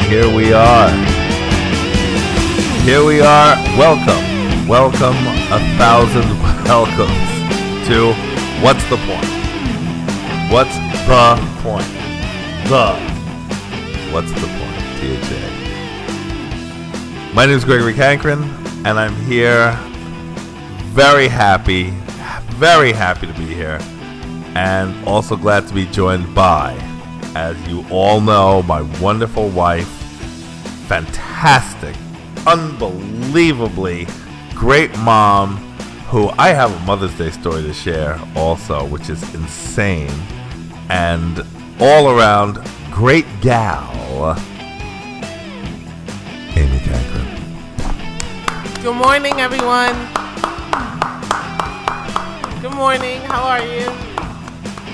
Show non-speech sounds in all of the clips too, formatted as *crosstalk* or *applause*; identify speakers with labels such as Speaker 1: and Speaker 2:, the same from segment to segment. Speaker 1: here we are. Here we are. Welcome, welcome, a thousand *laughs* welcomes to what's the point? What's the point? The what's the point? THA. My name is Gregory Cankren, and I'm here. Very happy, very happy to be here, and also glad to be joined by, as you all know, my wonderful wife, fantastic, unbelievably great mom who I have a Mother's Day story to share also, which is insane. And all around great gal, Amy Cochran.
Speaker 2: Good morning, everyone. Good morning. How are you?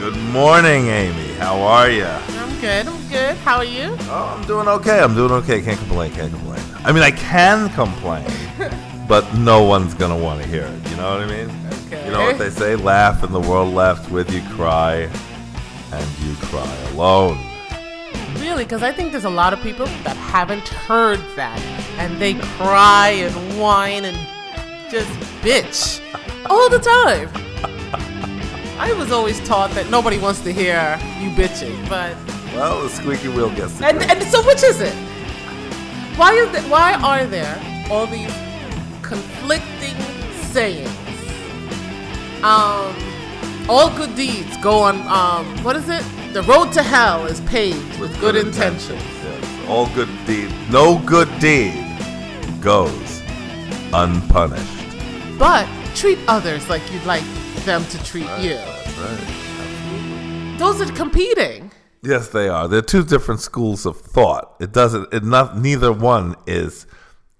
Speaker 1: Good morning, Amy. How are you?
Speaker 2: I'm good. I'm good. How are you?
Speaker 1: Oh, I'm doing okay. I'm doing okay. Can't complain. Can't complain. I mean, I can
Speaker 2: *laughs*
Speaker 1: complain, but no one's gonna want to hear it. You know what I mean?
Speaker 2: Okay.
Speaker 1: You know what they say? Laugh and the world laughs with you. Cry and you cry alone.
Speaker 2: Really, because I think there's a lot of people that haven't heard that, and they cry and whine and just bitch all the time. I was always taught that nobody wants to hear you bitching, but
Speaker 1: Well, the squeaky wheel gets the
Speaker 2: and,
Speaker 1: grease.
Speaker 2: and so which is it? Why is th- why are there all these conflicting sayings? Um, all good deeds go on. Um, what is it? The road to hell is paved with good intentions.
Speaker 1: Yes. All good deed, no good deed goes unpunished.
Speaker 2: But treat others like you'd like them to treat you.
Speaker 1: That's right.
Speaker 2: Those are competing.
Speaker 1: Yes, they are. They're two different schools of thought. It doesn't. It not. Neither one is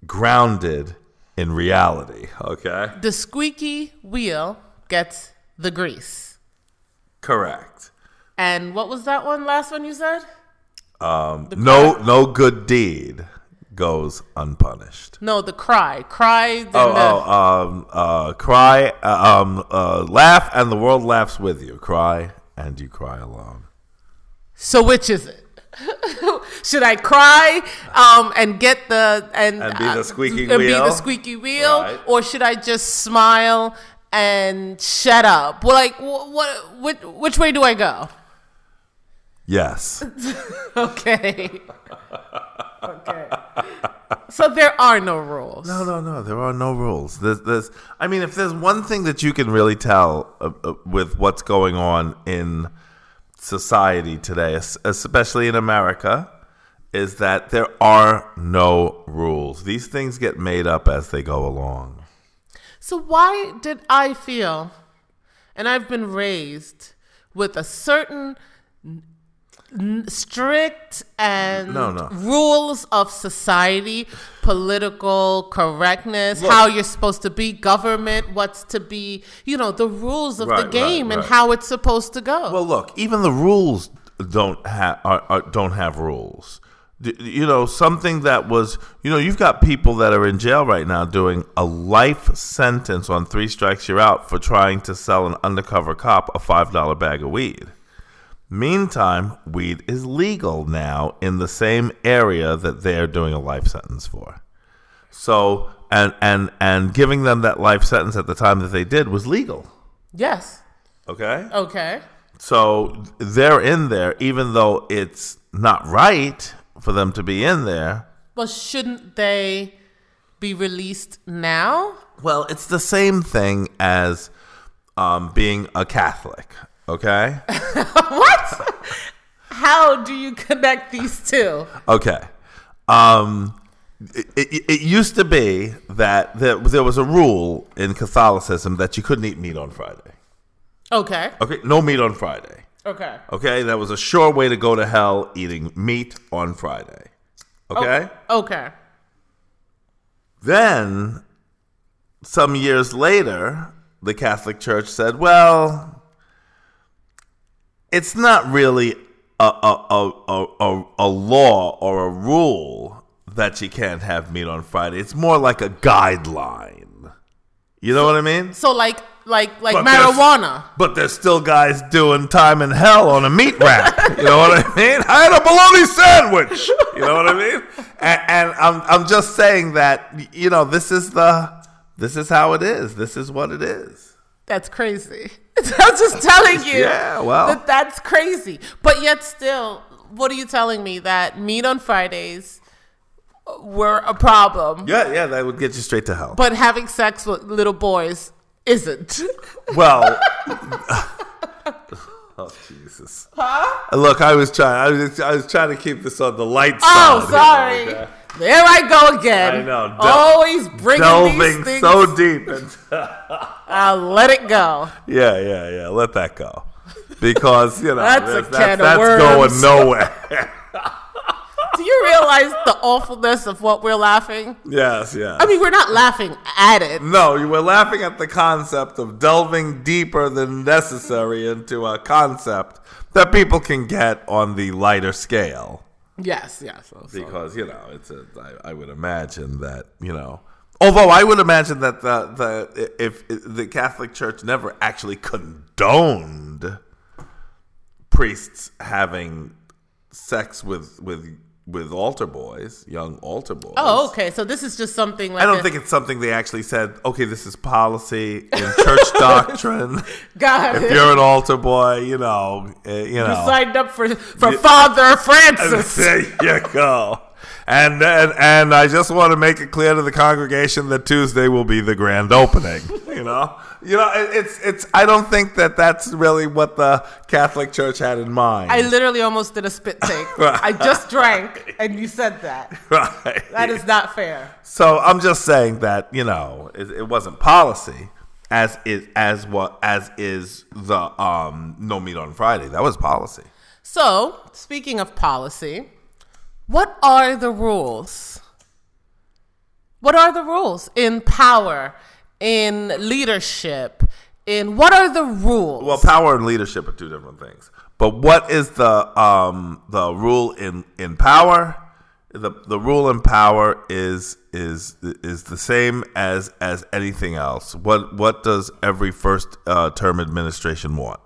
Speaker 1: grounded in reality. Okay.
Speaker 2: The squeaky wheel gets the grease.
Speaker 1: Correct.
Speaker 2: And what was that one last one you said?
Speaker 1: No. No good deed goes unpunished.
Speaker 2: No, the cry. Cry. then
Speaker 1: Oh,
Speaker 2: the,
Speaker 1: oh, um, uh, cry, uh, um, uh, laugh, and the world laughs with you. Cry, and you cry alone.
Speaker 2: So which is it? Should I cry um, and get the and,
Speaker 1: And be the
Speaker 2: uh,
Speaker 1: squeaky
Speaker 2: and be the
Speaker 1: wheel?
Speaker 2: squeaky wheel,
Speaker 1: Right.
Speaker 2: or should I just smile and shut up? Well, like wh- what? Which, which way do I go? *laughs*
Speaker 1: Yes.
Speaker 2: Okay. okay. So there are no rules.
Speaker 1: No, no, no. There are no rules. There's, there's, I mean, if there's one thing that you can really tell uh, uh, with what's going on in society today, es- especially in America, is that there are no rules. These things get made up as they go along.
Speaker 2: So why did I feel, and I've been raised with a certain n- n- strict and
Speaker 1: No, no.
Speaker 2: rules of society, political correctness,
Speaker 1: Look.
Speaker 2: how you're supposed to be, government, what's to be, you know, the rules of
Speaker 1: Right,
Speaker 2: the
Speaker 1: right,
Speaker 2: game and
Speaker 1: right.
Speaker 2: how it's supposed to go.
Speaker 1: Well, look, even the rules don't have are, are, don't have rules. D- You know, something that was, you know, you've got people that are in jail right now doing a life sentence on three strikes you're out for trying to sell an undercover cop a $5 bag of weed. Meantime, weed is legal now in the same area that they're doing a life sentence for. So, and and and giving them that life sentence at the time that they did was legal.
Speaker 2: yes.
Speaker 1: Okay?
Speaker 2: Okay.
Speaker 1: So they're in there, even though it's not right for them to be in there.
Speaker 2: Well, shouldn't they be released now?
Speaker 1: Well, it's the same thing as um, being a Catholic, okay?
Speaker 2: what? How do you *laughs* connect these two?
Speaker 1: Okay. Um, it, it, it used to be that there, there was a rule in Catholicism that you couldn't eat meat on Friday.
Speaker 2: Okay.
Speaker 1: Okay, no meat on Friday.
Speaker 2: Okay.
Speaker 1: Okay, that was a sure way to go to hell eating meat on Friday. Okay?
Speaker 2: Oh, Okay.
Speaker 1: Then, some years later, the Catholic Church said, well, it's not really a, a, a, a, a, a law or a rule that you can't have meat on Friday. It's more like a guideline. You know what I mean?
Speaker 2: So like like like
Speaker 1: But there's-
Speaker 2: marijuana.
Speaker 1: But there's still guys doing time in hell on a meat rack. you know what I mean? I had a bologna sandwich. You know what I mean? And, and I'm I'm just saying that y- you know this is the this is how it is. This is what it is.
Speaker 2: That's crazy. *laughs* I'm just telling you.
Speaker 1: Yeah, well.
Speaker 2: that that's crazy. But yet still, what are you telling me that meat on Fridays were a problem,
Speaker 1: Yeah, yeah, that would get you straight to hell.
Speaker 2: but having sex with little boys isn't?
Speaker 1: Well, *laughs* oh Jesus! Look, I was trying. I was, I was trying to keep this on the light side.
Speaker 2: *laughs* Oh,
Speaker 1: here.
Speaker 2: sorry. There I go again.
Speaker 1: I know. Del-
Speaker 2: Always bringing
Speaker 1: Delving
Speaker 2: these things.
Speaker 1: so deep. And,
Speaker 2: I'll let it go.
Speaker 1: yeah, yeah, yeah. Let that go, because you know
Speaker 2: *laughs* That's a
Speaker 1: that's,
Speaker 2: can of
Speaker 1: that's, that's
Speaker 2: worms.
Speaker 1: going nowhere. *laughs*
Speaker 2: Do you realize the awfulness of what we're laughing?
Speaker 1: yes, yes.
Speaker 2: I mean, we're not laughing at it.
Speaker 1: no, you were laughing at the concept of delving deeper than necessary into a concept that people can get on the lighter scale.
Speaker 2: Yes, yes. so- so-
Speaker 1: because you know it's a, I, I would imagine that you know although i would imagine that the, the if, the catholic church never actually condoned priests having sex with with with altar boys young altar boys
Speaker 2: Oh, okay. So this is just something like
Speaker 1: I
Speaker 2: a-
Speaker 1: don't think it's something they actually said. Okay, this is policy in church doctrine.
Speaker 2: Got *laughs*
Speaker 1: If
Speaker 2: it.
Speaker 1: you're an altar boy, you know, uh, you know,
Speaker 2: signed up for for Father Francis.
Speaker 1: *laughs* there you go. And, and and I just want to make it clear to the congregation that Tuesday will be the grand opening. *laughs* You know, you know, it, it's it's. I don't think that that's really what the Catholic Church had in mind.
Speaker 2: I literally almost did a spit take. I just drank, and you said that.
Speaker 1: *laughs* right.
Speaker 2: That is not fair.
Speaker 1: So I'm just saying that you know it, it wasn't policy as is as what as is the um no meat on Friday. That was policy.
Speaker 2: So, speaking of policy, what are the rules? What are the rules in power, in leadership, in what are the rules?
Speaker 1: Well, power and leadership are two different things. But what is the um, the rule in, in power? The the rule in power is is is the same as as anything else. What what does every first uh, term administration want?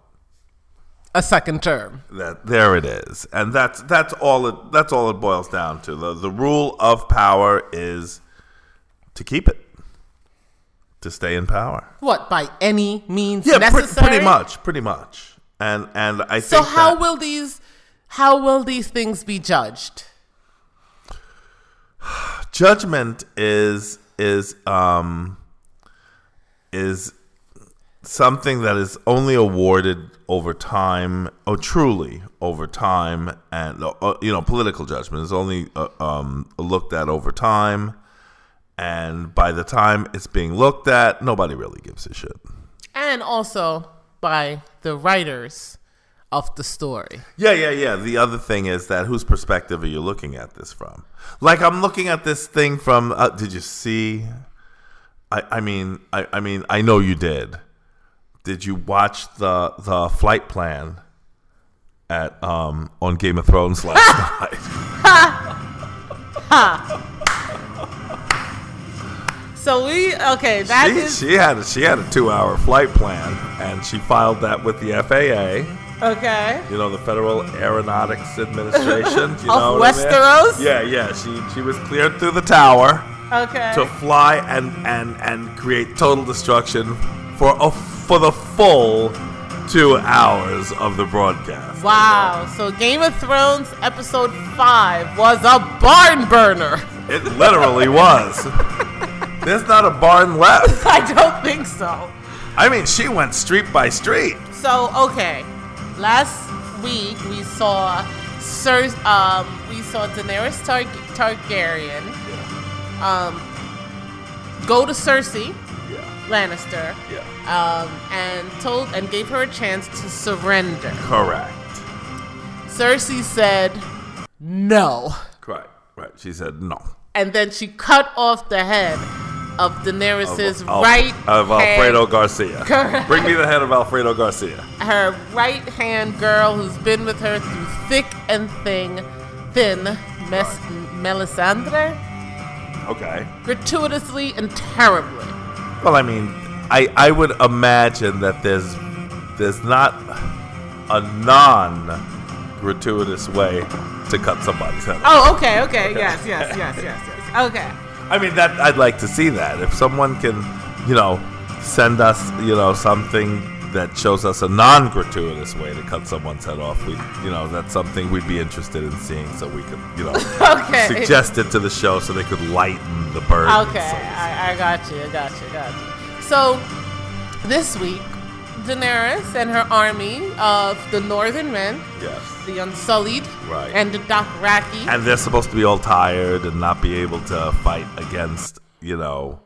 Speaker 2: a second term.
Speaker 1: That there it is, and that's that's all it that's all it boils down to. The the rule of power is to keep it, to stay in power.
Speaker 2: What by any means
Speaker 1: Yeah, pre-
Speaker 2: necessary?
Speaker 1: pretty much, pretty much. And and I
Speaker 2: So
Speaker 1: think
Speaker 2: how
Speaker 1: that-
Speaker 2: will these how will these things be judged?
Speaker 1: judgment is is um is something that is only awarded over time oh truly over time and uh, you know political judgment is only uh, um looked at over time and by the time it's being looked at nobody really gives a shit
Speaker 2: And also by the writers of the story.
Speaker 1: Yeah, yeah, yeah. The other thing is that whose perspective are you looking at this from? Like I'm looking at this thing from. Uh, did you see? I, I mean, I, I mean, I know you did. Did you watch the the flight plan at um on Game of Thrones
Speaker 2: *laughs*
Speaker 1: last night?
Speaker 2: So we okay, that
Speaker 1: She,
Speaker 2: is
Speaker 1: she had a, she had a two hour flight plan, and she filed that with the FAA.
Speaker 2: okay.
Speaker 1: you know, the Federal Aeronautics Administration.
Speaker 2: *laughs*
Speaker 1: You
Speaker 2: Of
Speaker 1: know what I mean?
Speaker 2: Westeros?
Speaker 1: Yeah, yeah. She she was cleared through the tower
Speaker 2: Okay.
Speaker 1: to fly and and and create total destruction for a for the full two hours of the broadcast.
Speaker 2: Wow. So Game of Thrones episode 5 was a barn burner.
Speaker 1: It literally was. There's not a barn left.
Speaker 2: *laughs* I don't think so.
Speaker 1: I mean, she went street by street.
Speaker 2: So, okay. Last week we saw Cer- um we saw Daenerys Tar- Targaryen um go to Cersei
Speaker 1: Yeah.
Speaker 2: Lannister
Speaker 1: Yeah.
Speaker 2: um, and told and gave her a chance to surrender.
Speaker 1: Correct.
Speaker 2: Cersei said no,
Speaker 1: Correct. Right. She said no.
Speaker 2: and then she cut off the head of Daenerys's
Speaker 1: Al-
Speaker 2: right
Speaker 1: of
Speaker 2: hand,
Speaker 1: Alfredo Garcia.
Speaker 2: Correct.
Speaker 1: Bring me the head of Alfredo Garcia.
Speaker 2: her right hand girl who's been with her through thick and thin, thin, Mes- Melisandre,
Speaker 1: Okay.
Speaker 2: gratuitously and terribly.
Speaker 1: Well, I mean, I I would imagine that there's there's not a non gratuitous way to cut somebody's head. off.
Speaker 2: Oh, okay, okay, yes, yes, yes, yes,
Speaker 1: *laughs*
Speaker 2: yes. Okay.
Speaker 1: I mean that I'd like to see that. If someone can, you know, send us, you know, something that shows us a non-gratuitous way to cut someone's head off, we, you know, that's something we'd be interested in seeing, so we could, you
Speaker 2: *laughs*
Speaker 1: know,
Speaker 2: Okay.
Speaker 1: suggest it to the show so they could lighten the burden. so
Speaker 2: Okay,
Speaker 1: to speak.
Speaker 2: I, I got you, I got you, got you. So, this week, Daenerys and her army of the Northern Men,
Speaker 1: Yes.
Speaker 2: the Unsullied,
Speaker 1: Right.
Speaker 2: and the Dothraki,
Speaker 1: And they're supposed to be all tired and not be able to fight against, you know,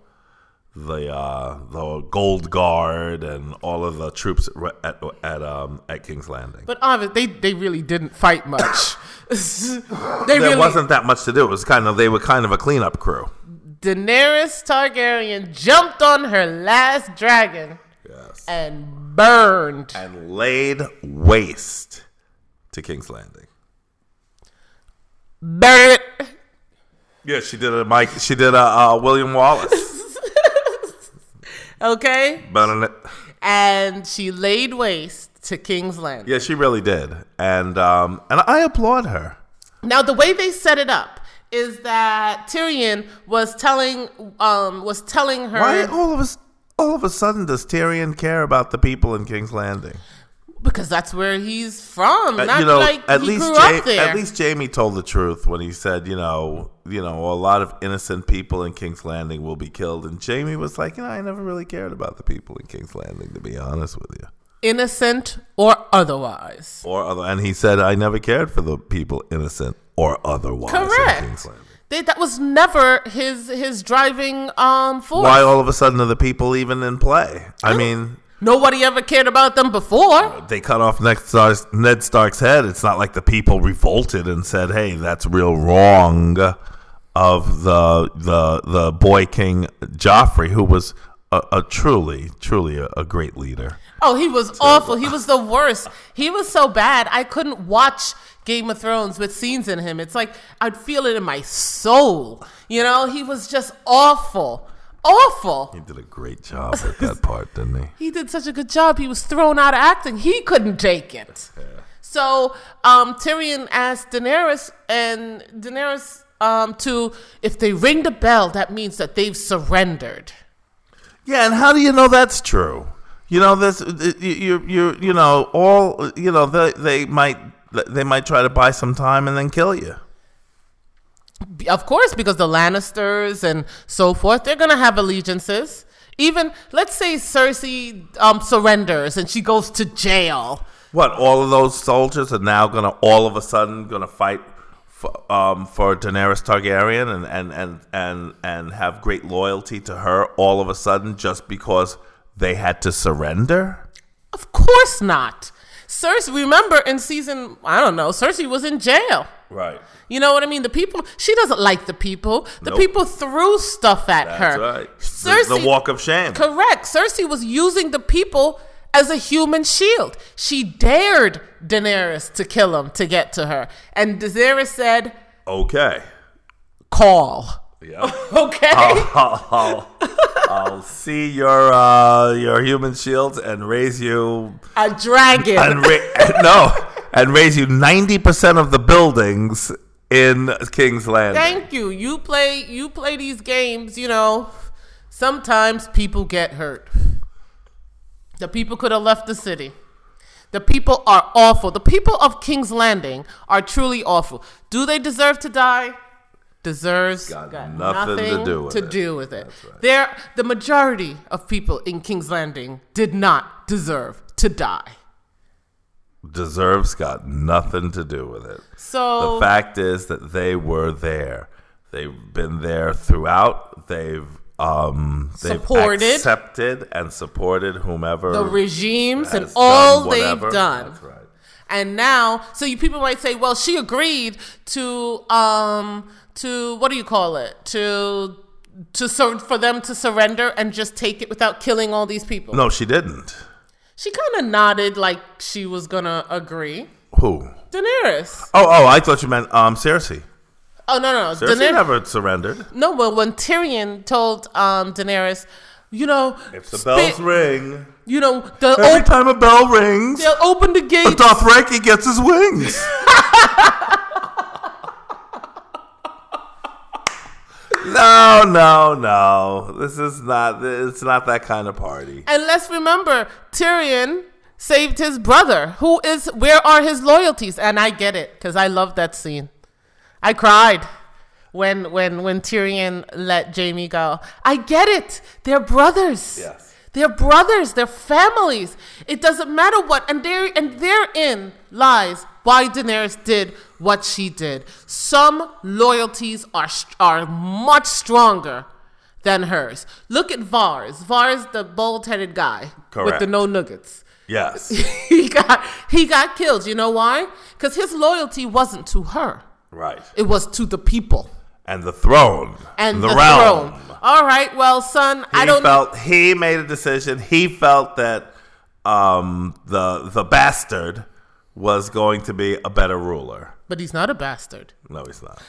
Speaker 1: the uh, the Gold Guard and all of the troops re- at at um at King's Landing.
Speaker 2: but obviously they, they really didn't
Speaker 1: *laughs*
Speaker 2: fight much. they
Speaker 1: there
Speaker 2: really
Speaker 1: wasn't that much to do. It was kind of they were kind of a cleanup crew.
Speaker 2: Daenerys Targaryen jumped on her last dragon
Speaker 1: Yes.
Speaker 2: and burned.
Speaker 1: And laid waste to King's Landing.
Speaker 2: Burn it.
Speaker 1: Yeah, she did a Mike. She did a uh, William *laughs* Wallace
Speaker 2: Okay?
Speaker 1: burning it.
Speaker 2: And she laid waste to King's Landing.
Speaker 1: Yeah, she really did, and um, and I applaud her.
Speaker 2: Now, the way they set it up is that Tyrion was telling um was telling her
Speaker 1: Why all of us? All of a sudden, does Tyrion care about the people in King's Landing?
Speaker 2: because that's where he's from.
Speaker 1: Uh,
Speaker 2: not
Speaker 1: you know,
Speaker 2: like
Speaker 1: at
Speaker 2: he
Speaker 1: least
Speaker 2: grew
Speaker 1: Ja-
Speaker 2: up there.
Speaker 1: at least Jamie told the truth when he said, you know, you know, a lot of innocent people in King's Landing will be killed, and Jamie was like, you know, I never really cared about the people in King's Landing, to be honest with you.
Speaker 2: Innocent or otherwise.
Speaker 1: or other, and he said, "I never cared for the people, innocent or otherwise." in
Speaker 2: Correct.
Speaker 1: Kingsland."
Speaker 2: They, that was never his his driving um force.
Speaker 1: Why all of a sudden are the people even in play? I mean,
Speaker 2: Nobody ever cared about them before.
Speaker 1: they cut off Ned Stark's, Ned Stark's head. It's not like the people revolted and said, "Hey, that's real wrong of the the the boy king Joffrey, who was a, a truly truly a, a great leader."
Speaker 2: Oh, he was awful. He was the worst. He was so bad. I couldn't watch Game of Thrones with scenes in him. It's like I'd feel it in my soul. You know, he was just awful. Awful.
Speaker 1: He did a great job at *laughs* that part, didn't he?
Speaker 2: he did such a good job. He was thrown out of acting. He couldn't take it. So um, Tyrion asked Daenerys, and Daenerys um, to if they ring the bell, that means that they've surrendered.
Speaker 1: Yeah, and how do you know that's true? You know this. You you you know all. You know they they might they might try to buy some time and then kill you.
Speaker 2: Of course, because the Lannisters and so forth, they're gonna have allegiances. Even let's say Cersei um, surrenders and she goes to jail.
Speaker 1: What? All of those soldiers are now gonna all of a sudden gonna fight for, um, for Daenerys Targaryen and and and and and have great loyalty to her all of a sudden just because they had to surrender.
Speaker 2: Of course not. Cersei, remember in season I don't know, Cersei was in jail.
Speaker 1: Right.
Speaker 2: You know what I mean? The people. She doesn't like the people. The
Speaker 1: Nope.
Speaker 2: people threw stuff at
Speaker 1: That's
Speaker 2: her.
Speaker 1: right.
Speaker 2: Cersei.
Speaker 1: The, the walk of shame.
Speaker 2: correct. Cersei was using the people as a human shield. She dared Daenerys to kill him to get to her, and Daenerys said,
Speaker 1: okay.
Speaker 2: "Call." *laughs*
Speaker 1: Yeah.
Speaker 2: Okay.
Speaker 1: Ah. I'll, I'll see your uh, your human shields and raise you
Speaker 2: a dragon.
Speaker 1: and ra- *laughs* and no and raise you ninety percent of the buildings in King's Landing.
Speaker 2: Thank you. You play. You play these games. You know, sometimes people get hurt. The people could have left the city. The people are awful. The people of King's Landing are truly awful. Do they deserve to die? Deserves
Speaker 1: Got nothing to do with it.
Speaker 2: do with it. There, the majority of people in King's Landing did not deserve to die.
Speaker 1: Deserves got nothing to do with it.
Speaker 2: So
Speaker 1: The fact is that they were there. They've been there throughout. They've um they've
Speaker 2: Supported.
Speaker 1: accepted and supported whomever
Speaker 2: the regimes and
Speaker 1: has
Speaker 2: all
Speaker 1: done
Speaker 2: they've
Speaker 1: whatever.
Speaker 2: done.
Speaker 1: That's right.
Speaker 2: And now, so you people might say, well, she agreed to um to what do you call it to to sur- for them to surrender and just take it without killing all these people.
Speaker 1: No, she didn't.
Speaker 2: She kind of nodded like she was gonna agree.
Speaker 1: Who?
Speaker 2: Daenerys.
Speaker 1: Oh, oh, I thought you meant um Cersei.
Speaker 2: Oh no no, no.
Speaker 1: Cersei
Speaker 2: Daener-
Speaker 1: never surrendered.
Speaker 2: No, well, when Tyrion told um, Daenerys, You know,
Speaker 1: If the
Speaker 2: spit-
Speaker 1: bells ring,
Speaker 2: you know, the *laughs*
Speaker 1: every
Speaker 2: op-
Speaker 1: time a bell rings,
Speaker 2: they'll open the
Speaker 1: the
Speaker 2: gate.
Speaker 1: Dothraki gets his wings. no, no, no. This is not. It's not that kind of party.
Speaker 2: And let's remember, Tyrion saved his brother. Who is? Where are his loyalties? And I get it because I love that scene. I cried when when when Tyrion let Jamie go. I get it. They're brothers.
Speaker 1: Yes.
Speaker 2: They're brothers. They're families. It doesn't matter what. And there and therein lies why Daenerys did what she did. Some loyalties are st- are much stronger than hers. Look at Vars. Vars, the bald-headed guy with
Speaker 1: Correct.
Speaker 2: the no nuggets *laughs*
Speaker 1: Yes.
Speaker 2: he got he got killed. You know why? Because his loyalty wasn't to her;
Speaker 1: Right.
Speaker 2: it was to the people
Speaker 1: And the throne.
Speaker 2: and the,
Speaker 1: the, realm.
Speaker 2: throne. All right, well, son,
Speaker 1: He
Speaker 2: I don't.
Speaker 1: felt he made a decision. He felt that um, the the bastard was going to be a better ruler.
Speaker 2: but he's not a bastard.
Speaker 1: No, he's not.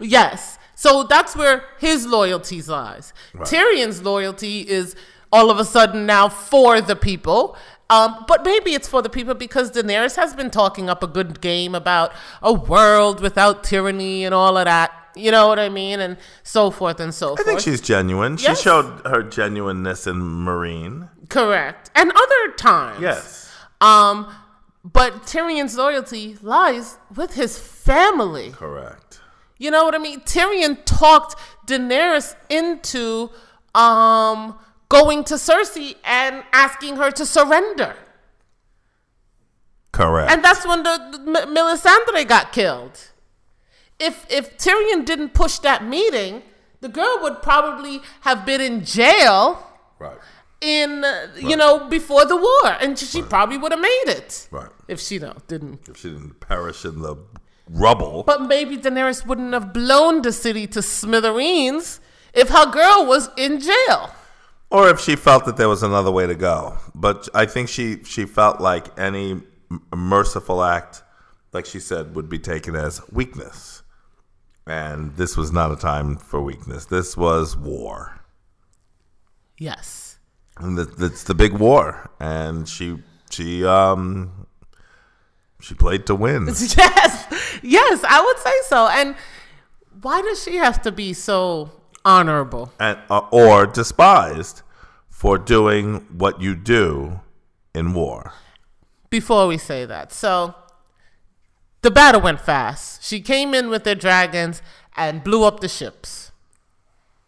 Speaker 2: Yes, so that's where his loyalty lies. Tyrion's loyalty is all of a sudden now for the people. Um, but maybe it's for the people because Daenerys has been talking up a good game about a world without tyranny and all of that. You know what I mean? And so forth and so
Speaker 1: I
Speaker 2: forth.
Speaker 1: think she's genuine.
Speaker 2: Yes.
Speaker 1: She showed her genuineness in Marine.
Speaker 2: Correct. And other times.
Speaker 1: Yes.
Speaker 2: Um, but Tyrion's loyalty lies with his family.
Speaker 1: Correct.
Speaker 2: You know what I mean? Tyrion talked Daenerys into um going to Cersei and asking her to surrender.
Speaker 1: Correct.
Speaker 2: And that's when the, the M- Melisandre got killed. If if Tyrion didn't push that meeting, the girl would probably have been in jail
Speaker 1: right.
Speaker 2: in uh, you know before the war and she probably would have made it.
Speaker 1: Right.
Speaker 2: If she no didn't.
Speaker 1: If she didn't perish in the rubble.
Speaker 2: But maybe Daenerys wouldn't have blown the city to smithereens if her girl was in jail.
Speaker 1: or if she felt that there was another way to go. But I think she she felt like any m- merciful act, like she said, would be taken as weakness. And this was not a time for weakness. This was war,
Speaker 2: Yes.
Speaker 1: and th- that's the big war. And she she um she played to win.
Speaker 2: *laughs* Yes. Yes, I would say so. And why does she have to be so honorable?
Speaker 1: and, uh, or despised for doing what you do in war.
Speaker 2: Before we say that. So the battle went fast. She came in with their dragons and blew up the ships.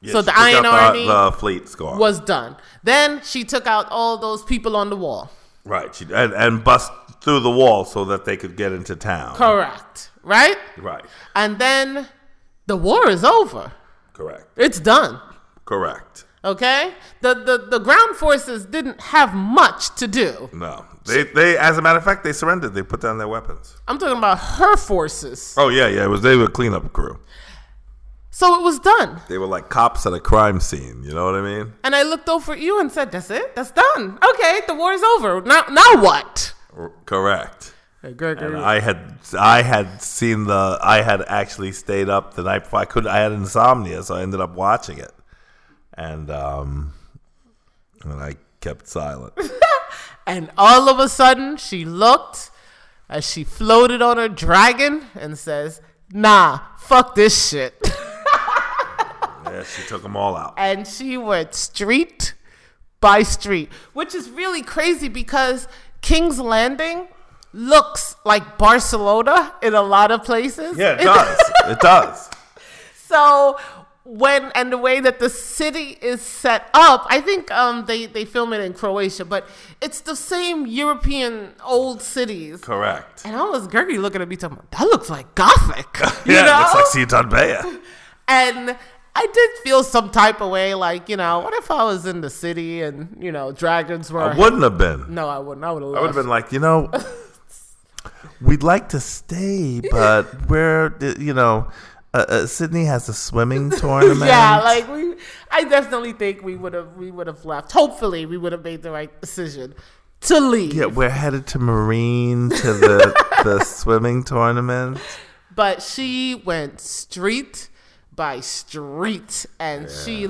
Speaker 1: Yeah,
Speaker 2: So
Speaker 1: she
Speaker 2: the
Speaker 1: took out
Speaker 2: Iron Army
Speaker 1: the, the fleet's gone.
Speaker 2: Was done. Then she took out all those people on the wall.
Speaker 1: Right, she, and, and bust through the wall so that they could get into town.
Speaker 2: Correct. Right?
Speaker 1: Right,
Speaker 2: And then the war is over.
Speaker 1: correct,
Speaker 2: It's done.
Speaker 1: correct.
Speaker 2: Okay? The, the the ground forces didn't have much to do.
Speaker 1: No, they they as a matter of fact they surrendered. They put down their weapons.
Speaker 2: I'm talking about her forces.
Speaker 1: Oh yeah, yeah. It was they were a cleanup crew.
Speaker 2: So it was done.
Speaker 1: They were like cops at a crime scene. You know what I mean?
Speaker 2: And I looked over at you and said, That's it? That's done. Okay, the war is over. Now now what?
Speaker 1: R- correct.
Speaker 2: Gregory.
Speaker 1: And I had I had seen the I had actually stayed up the night before. I could not I had insomnia, so I ended up watching it, and um, and I kept
Speaker 2: *laughs*
Speaker 1: silent.
Speaker 2: and all of a sudden she looked as she floated on her dragon and says, Nah, fuck this shit. *laughs*
Speaker 1: yeah, she took them all out.
Speaker 2: and she went street by street, which is really crazy because King's Landing looks like Barcelona in a lot of places.
Speaker 1: Yeah,
Speaker 2: *laughs*
Speaker 1: it does. it does.
Speaker 2: So when and the way that the city is set up, I think um, they they film it in Croatia, but it's the same European old cities.
Speaker 1: Correct.
Speaker 2: And I was Gregory looking at me talking about that looks like Gothic. *laughs* You
Speaker 1: yeah,
Speaker 2: know?
Speaker 1: it looks like Ciudad Bella.
Speaker 2: And I did feel some type of way, like, you know, what if I was in the city and, you know, dragons were.
Speaker 1: I wouldn't have been.
Speaker 2: no, I wouldn't. I would have
Speaker 1: I would have
Speaker 2: left.
Speaker 1: been like, you know, we'd like to stay, but we're, you know, uh, uh, Sydney has a swimming tournament.
Speaker 2: *laughs* yeah, like we, I definitely think we would have we would have left. Hopefully, we would have made the right decision to leave.
Speaker 1: yeah, we're headed to Marine to the
Speaker 2: *laughs*
Speaker 1: the swimming tournament.
Speaker 2: But she went street by street, and she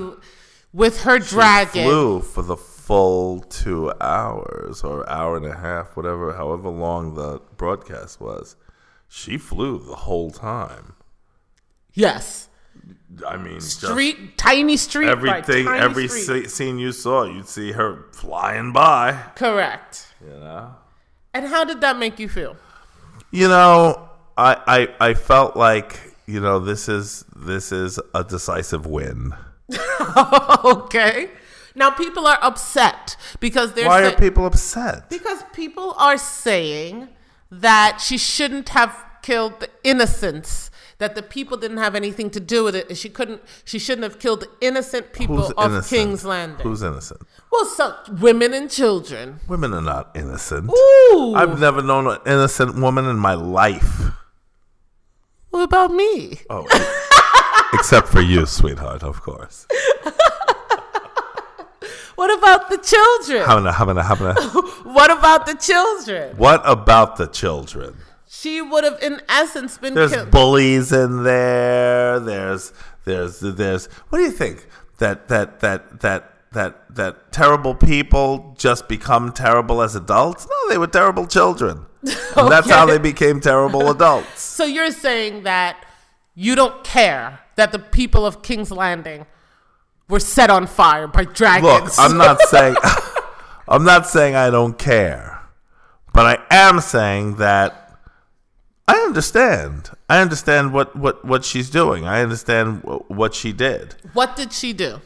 Speaker 2: with her dragon.
Speaker 1: Flew for the full two hours or hour and a half, whatever, however long the broadcast was. She flew the whole time.
Speaker 2: Yes.
Speaker 1: I mean, just
Speaker 2: Street, tiny *laughs* street. by
Speaker 1: everything,
Speaker 2: tiny
Speaker 1: every
Speaker 2: street.
Speaker 1: sce- scene you saw, you'd see her flying by.
Speaker 2: Correct.
Speaker 1: You know.
Speaker 2: And how did that make you feel?
Speaker 1: You know, I, I I felt like you know this is this is a decisive win.
Speaker 2: *laughs* okay. Now people are upset because they're
Speaker 1: Why
Speaker 2: sa-
Speaker 1: are people upset?
Speaker 2: because people are saying that she shouldn't have killed the innocents. That the people didn't have anything to do with it, and she couldn't. She shouldn't have killed the innocent people
Speaker 1: Who's
Speaker 2: of
Speaker 1: innocent?
Speaker 2: King's Landing.
Speaker 1: Who's innocent?
Speaker 2: well, so women and children.
Speaker 1: Women are not innocent.
Speaker 2: Ooh.
Speaker 1: I've never known an innocent woman in my life.
Speaker 2: what about me?
Speaker 1: Oh, e-,
Speaker 2: *laughs*
Speaker 1: except for you, sweetheart, of course.
Speaker 2: What about the children?
Speaker 1: Havana, havana,
Speaker 2: *laughs*
Speaker 1: havana.
Speaker 2: what about the children?
Speaker 1: What about the children?
Speaker 2: She would have, in essence, been
Speaker 1: There's
Speaker 2: killed.
Speaker 1: bullies in there. There's there's there's. What do you think that that that that that that terrible people just become terrible as adults? No, they were terrible children. And That's how they became terrible
Speaker 2: *laughs*
Speaker 1: adults.
Speaker 2: So you're saying that you don't care that the people of King's Landing were set on fire by
Speaker 1: Look,
Speaker 2: dragons.
Speaker 1: I'm not saying *laughs* I'm not saying I don't care, but I am saying that I understand. I understand what what what she's doing. I understand wh- what she did.
Speaker 2: what did she do?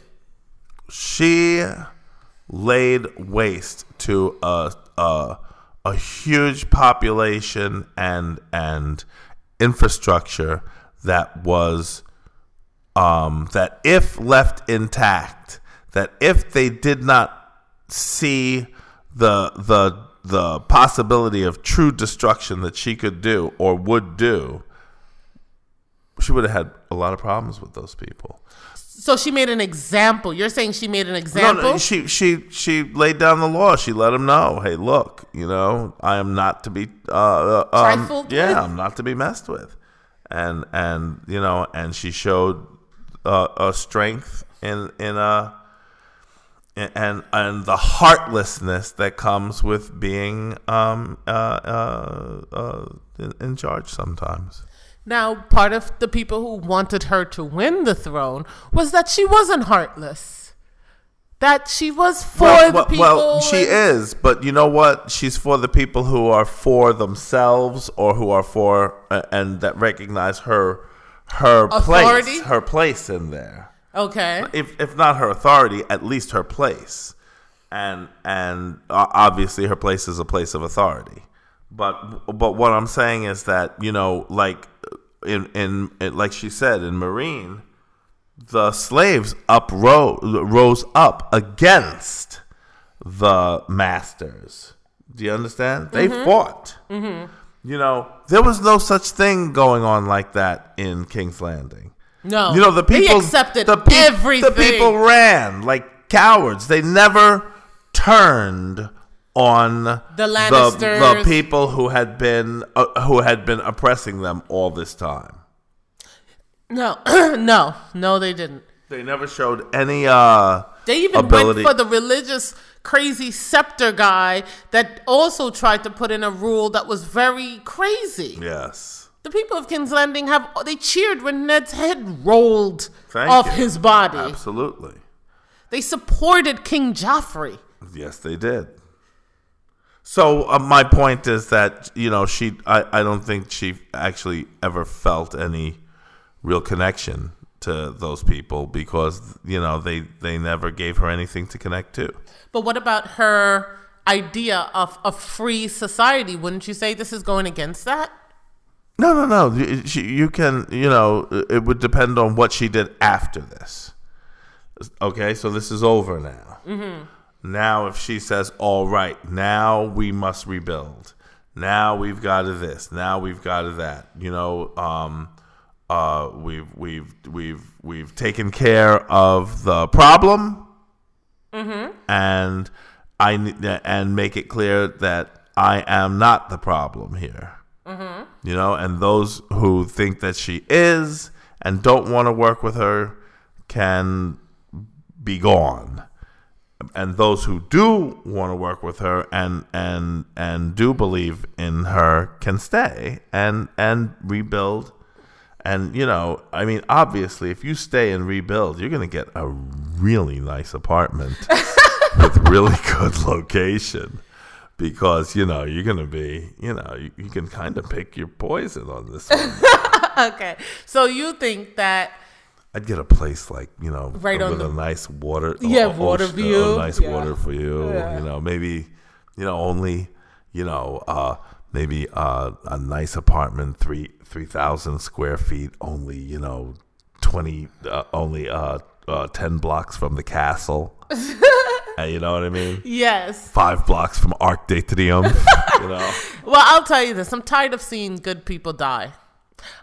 Speaker 1: she laid waste to a a, a huge population and and infrastructure that was um, that if left intact, that if they did not see the the the possibility of true destruction that she could do or would do, she would have had a lot of problems with those people.
Speaker 2: So she made an example. You're saying she made an
Speaker 1: No,
Speaker 2: example?
Speaker 1: no, she she she laid down the law. She let him know, hey, look, you know, I am not to be uh, uh, um,
Speaker 2: Trifled
Speaker 1: Yeah,
Speaker 2: with?
Speaker 1: I'm not to be messed with, and and you know, and she showed uh, a strength in in a and and the heartlessness that comes with being um uh uh, uh in, in charge sometimes.
Speaker 2: now, part of the people who wanted her to win the throne was that she wasn't heartless. That she was for the people.
Speaker 1: well, she
Speaker 2: and-
Speaker 1: is, but you know what? She's for the people who are for themselves or who are for uh, and that recognize her her
Speaker 2: Authority?
Speaker 1: place, her place in there.
Speaker 2: Okay.
Speaker 1: If if not her authority, at least her place. And and uh, obviously her place is a place of authority. But but what I'm saying is that, you know, like uh, in in like she said in Marine, the slaves uprose rose up against the masters. Do you understand? They fought. You know, there was no such thing going on like that in King's Landing.
Speaker 2: No.
Speaker 1: You know, the people
Speaker 2: Oh, They accepted
Speaker 1: the peop-
Speaker 2: everything.
Speaker 1: The people ran like cowards. They never turned on the the
Speaker 2: Lannisters.
Speaker 1: people who had been uh, who had been oppressing them all this time.
Speaker 2: no, *clears throat* no, no, they didn't.
Speaker 1: They never showed any uh
Speaker 2: They even
Speaker 1: ability.
Speaker 2: went for the religious crazy scepter guy that also tried to put in a rule that was very crazy.
Speaker 1: yes.
Speaker 2: The people of King's Landing have they cheered when Ned's head rolled
Speaker 1: Thank
Speaker 2: off
Speaker 1: you.
Speaker 2: his body.
Speaker 1: Absolutely.
Speaker 2: They supported King Joffrey.
Speaker 1: Yes, they did. So uh, my point is that you know she, I, I don't think she actually ever felt any real connection to those people because you know they they never gave her anything to connect to.
Speaker 2: But what about her idea of a free society? Wouldn't you say this is going against that?
Speaker 1: No, no, no. You- She, you can, you know, it would depend on what she did after this. Okay, so this is over now. Now, if she says, all right, now we must rebuild. Now we've got to this. Now we've got to that. You know, um, uh, we've we've we've we've taken care of the problem and I ne- and make it clear that I am not the problem here. You know, and those who think that she is and don't want to work with her can be gone. And those who do want to work with her and and and do believe in her can stay and and rebuild. And you know, I mean, obviously, if you stay and rebuild, you're gonna get a really nice apartment with really good location because you know you're gonna be you know you, you can kind of pick your poison on this one.
Speaker 2: *laughs* okay. So you think that
Speaker 1: I'd get a place like you know
Speaker 2: Right on
Speaker 1: with
Speaker 2: the-
Speaker 1: a nice water
Speaker 2: Yeah, water
Speaker 1: ocean-
Speaker 2: view.
Speaker 1: a nice
Speaker 2: Yeah.
Speaker 1: water for you
Speaker 2: Yeah.
Speaker 1: you know maybe you know only you know uh maybe uh a nice apartment three three thousand square feet only you know twenty uh, only uh, uh ten blocks from the castle
Speaker 2: *laughs*
Speaker 1: Uh, you know what I mean
Speaker 2: yes.
Speaker 1: five blocks from Arc de Triomphe
Speaker 2: *laughs*
Speaker 1: you know
Speaker 2: Well, I'll tell you this. I'm tired of seeing good people die.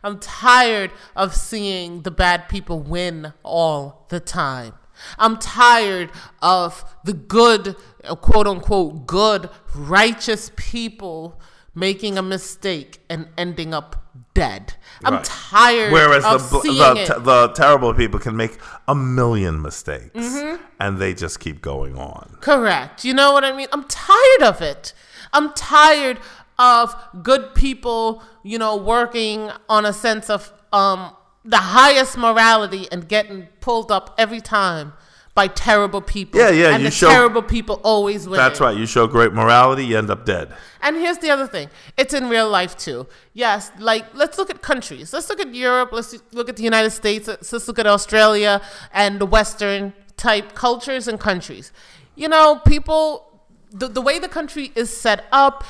Speaker 2: I'm tired of seeing the bad people win all the time. I'm tired of the good, uh, quote unquote, good, righteous people making a mistake and ending up dead. I'm
Speaker 1: Right.
Speaker 2: tired
Speaker 1: Whereas
Speaker 2: of
Speaker 1: the,
Speaker 2: seeing
Speaker 1: the,
Speaker 2: it.
Speaker 1: te- the terrible people can make a million mistakes
Speaker 2: Mm-hmm.
Speaker 1: and they just keep going on.
Speaker 2: Correct. You know what I mean? I'm tired of it. I'm tired of good people, you know, working on a sense of um, the highest morality and getting pulled up every time by terrible people.
Speaker 1: Yeah, yeah,
Speaker 2: And
Speaker 1: you
Speaker 2: the
Speaker 1: show-
Speaker 2: terrible people always win.
Speaker 1: That's right. You show great morality, you end up dead.
Speaker 2: And here's the other thing it's in real life too. Yes, like let's look at countries. Let's look at Europe. Let's look at the United States. Let's let's look at Australia and the Western type cultures and countries. You know, people, the, the way the country is set up,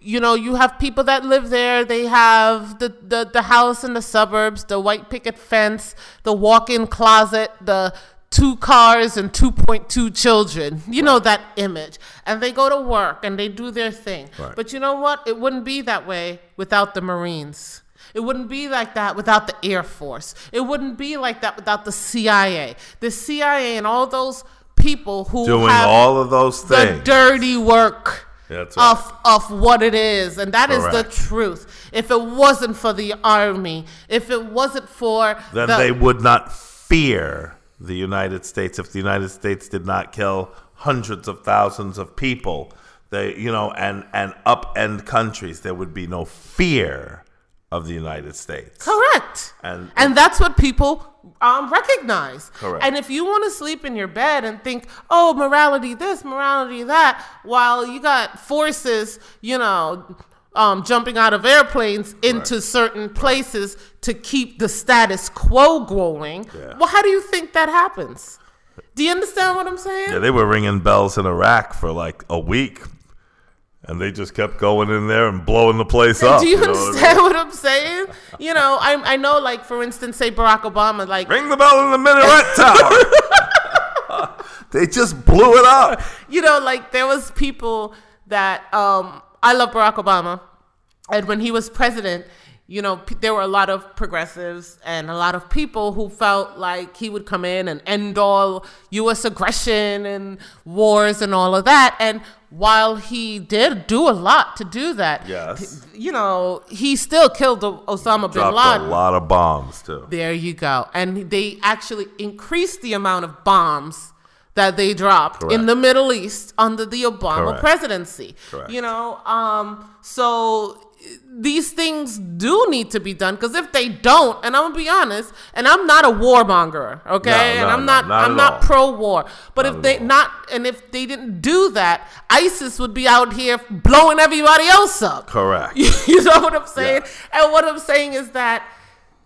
Speaker 2: you know, you have people that live there. They have the, the, the house in the suburbs, the white picket fence, the walk in closet, the two cars and 2.2 children. You know that image. And they go to work and they do their thing.
Speaker 1: Right.
Speaker 2: But you know what? It wouldn't be that way without the Marines. It wouldn't be like that without the Air Force. It wouldn't be like that without the CIA. The CIA and all those people who
Speaker 1: Doing
Speaker 2: have
Speaker 1: all of those
Speaker 2: the
Speaker 1: things.
Speaker 2: dirty work
Speaker 1: That's right.
Speaker 2: of of what it is, and that is the
Speaker 1: Correct.
Speaker 2: truth. If it wasn't for the army, if it wasn't for
Speaker 1: Then
Speaker 2: the,
Speaker 1: they would not fear the United States if the United States did not kill hundreds of thousands of people. They, you know, and and upend countries, there would be no fear of the United States.
Speaker 2: Correct.
Speaker 1: And-
Speaker 2: And, that's what people um, recognize.
Speaker 1: Correct.
Speaker 2: And if you want to sleep in your bed and think, oh, morality this, morality that, while you got forces, you know, um, jumping out of airplanes into certain places to keep the status quo going,
Speaker 1: Yeah.
Speaker 2: well, how do you think that happens? Do you understand what I'm saying?
Speaker 1: Yeah, they were ringing bells in Iraq for like a week, and they just kept going in there and blowing the place up.
Speaker 2: do you,
Speaker 1: know what I mean?
Speaker 2: understand what I'm saying? You know, I, I know, like, for instance, say Barack Obama, like,
Speaker 1: Ring the bell in the Minaret Tower.
Speaker 2: *laughs*
Speaker 1: they just blew it up.
Speaker 2: you know, like there was people that um, I love Barack Obama, and when he was president, you know, p- there were a lot of progressives and a lot of people who felt like he would come in and end all U.S. aggression and wars and all of that. And while he did do a lot to do that,
Speaker 1: Yes.
Speaker 2: you know, he still killed O- Osama bin
Speaker 1: Dropped
Speaker 2: Laden.
Speaker 1: a lot of bombs too.
Speaker 2: There you go. And they actually increased the amount of bombs that they dropped
Speaker 1: Correct.
Speaker 2: in the Middle East under the Obama
Speaker 1: Correct.
Speaker 2: presidency.
Speaker 1: Correct.
Speaker 2: You know, um, so these things do need to be done because if they don't, and I'm gonna be honest, and I'm not a warmonger, okay,
Speaker 1: No,
Speaker 2: and
Speaker 1: no,
Speaker 2: I'm
Speaker 1: no,
Speaker 2: not,
Speaker 1: not
Speaker 2: I'm
Speaker 1: at
Speaker 2: not
Speaker 1: all.
Speaker 2: pro war, but
Speaker 1: at
Speaker 2: if they
Speaker 1: all.
Speaker 2: not, and if they didn't do that, ISIS would be out here blowing everybody else up.
Speaker 1: Correct.
Speaker 2: *laughs* you know what I'm saying?
Speaker 1: Yeah.
Speaker 2: And what I'm saying is that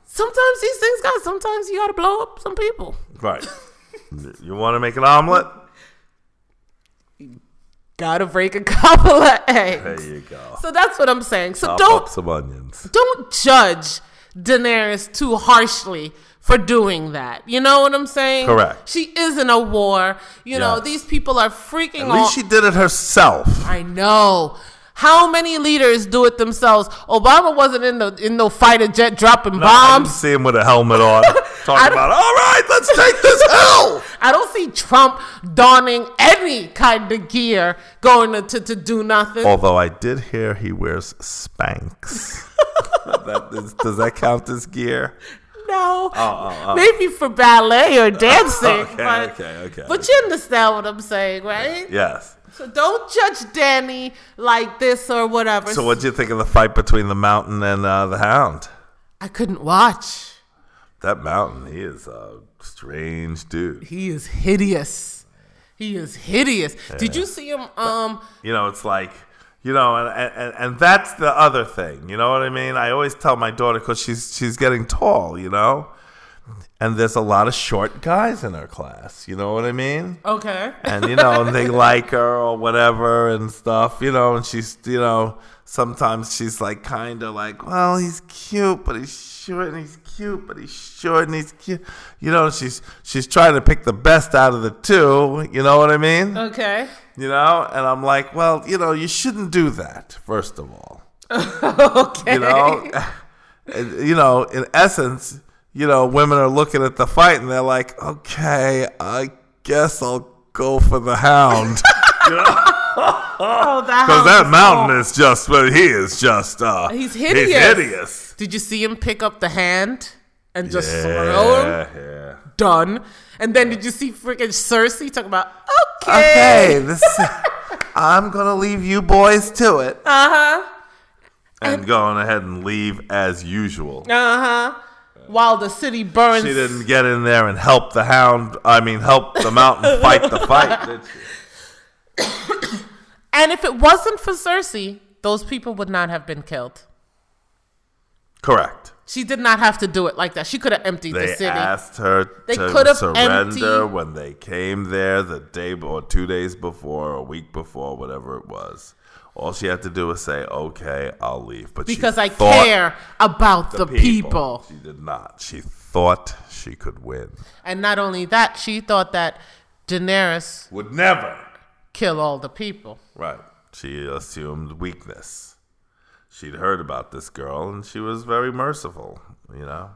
Speaker 2: sometimes these things got sometimes you gotta blow up some people. *laughs*
Speaker 1: Right. You want to make an omelet?
Speaker 2: Gotta break a *laughs* couple of
Speaker 1: There
Speaker 2: eggs.
Speaker 1: you go.
Speaker 2: So that's what I'm saying. So
Speaker 1: Chop
Speaker 2: don't
Speaker 1: up some onions.
Speaker 2: don't judge Daenerys too harshly for doing that. You know what I'm saying?
Speaker 1: Correct.
Speaker 2: She is in a war. You know,
Speaker 1: Yes.
Speaker 2: these people are freaking
Speaker 1: At least
Speaker 2: off.
Speaker 1: she did it herself.
Speaker 2: I know. How many leaders do it themselves? Obama wasn't in the in no fighter jet dropping
Speaker 1: I didn't
Speaker 2: bombs.
Speaker 1: see him with a helmet on.
Speaker 2: *laughs* I
Speaker 1: Talking
Speaker 2: don't-
Speaker 1: about, all right, let's take
Speaker 2: *laughs*
Speaker 1: this hill.
Speaker 2: I don't see Trump donning any kind of gear going to, to, to do
Speaker 1: *laughs*
Speaker 2: nothing.
Speaker 1: Although I did hear *laughs* he wears Spanx. That is- does that count as gear?
Speaker 2: know.
Speaker 1: oh, oh.
Speaker 2: Maybe for ballet
Speaker 1: *laughs*
Speaker 2: or dancing.
Speaker 1: Okay,
Speaker 2: but,
Speaker 1: okay, okay.
Speaker 2: But you understand what I'm saying, right?
Speaker 1: Yes.
Speaker 2: So don't judge Danny like this or whatever.
Speaker 1: So what'd you think of the fight between the mountain and uh, the hound?
Speaker 2: I couldn't watch.
Speaker 1: That mountain, he is a strange dude.
Speaker 2: He is hideous. He is hideous. Did you see him? Um,
Speaker 1: You know, it's like, you know, and, and, and that's the other thing. You know what I mean? I always tell my daughter because she's she's getting tall, you know, and there's a lot of short guys in her class. You know what I mean?
Speaker 2: okay.
Speaker 1: and you know, and they like her or whatever and stuff, you know, and she's you know, sometimes she's like kinda like, Well, he's cute but he's short and he's cute but he's short and he's cute you know, she's she's trying to pick the best out of the two, you know what I mean?
Speaker 2: Uh. Okay. *laughs*
Speaker 1: You know? And I'm like, Well, you know, you shouldn't do that, first of all.
Speaker 2: okay.
Speaker 1: You
Speaker 2: *laughs*
Speaker 1: know? And, you know, in essence, you know, women are looking at the fight and they're like, Okay, I guess I'll go for the hound. *laughs*
Speaker 2: Oh, that
Speaker 1: Because
Speaker 2: house
Speaker 1: that mountain is just, well, he is just, uh,
Speaker 2: He's hideous.
Speaker 1: hideous.
Speaker 2: Did you see him pick up the hand and just throw him?
Speaker 1: Yeah, yeah.
Speaker 2: Done. And then did you see freaking Cersei talking about, okay.
Speaker 1: Okay, this,
Speaker 2: *laughs*
Speaker 1: I'm going to leave you boys to it. Uh huh.
Speaker 2: Uh-huh.
Speaker 1: And going ahead and leave as usual.
Speaker 2: Uh huh. While the city burns.
Speaker 1: She didn't get in there and help the hound, I mean, help the mountain fight the fight, did she?
Speaker 2: And if it wasn't for Cersei, those people would not have been killed.
Speaker 1: Correct.
Speaker 2: She did not have to do it like that. She could have emptied the
Speaker 1: They
Speaker 2: city.
Speaker 1: asked her
Speaker 2: They
Speaker 1: to
Speaker 2: could've
Speaker 1: surrender
Speaker 2: emptied-
Speaker 1: when they came there the day b- or two days before, or a week before, whatever it was. All she had to do was say, "Okay, I'll leave," but
Speaker 2: because
Speaker 1: she
Speaker 2: I
Speaker 1: thought
Speaker 2: care about the, people.
Speaker 1: She did not. She thought she could win.
Speaker 2: And not only that, she thought that Daenerys
Speaker 1: Would never.
Speaker 2: kill all the people.
Speaker 1: Right. She assumed weakness. She'd heard about this girl, and she was very merciful. You know,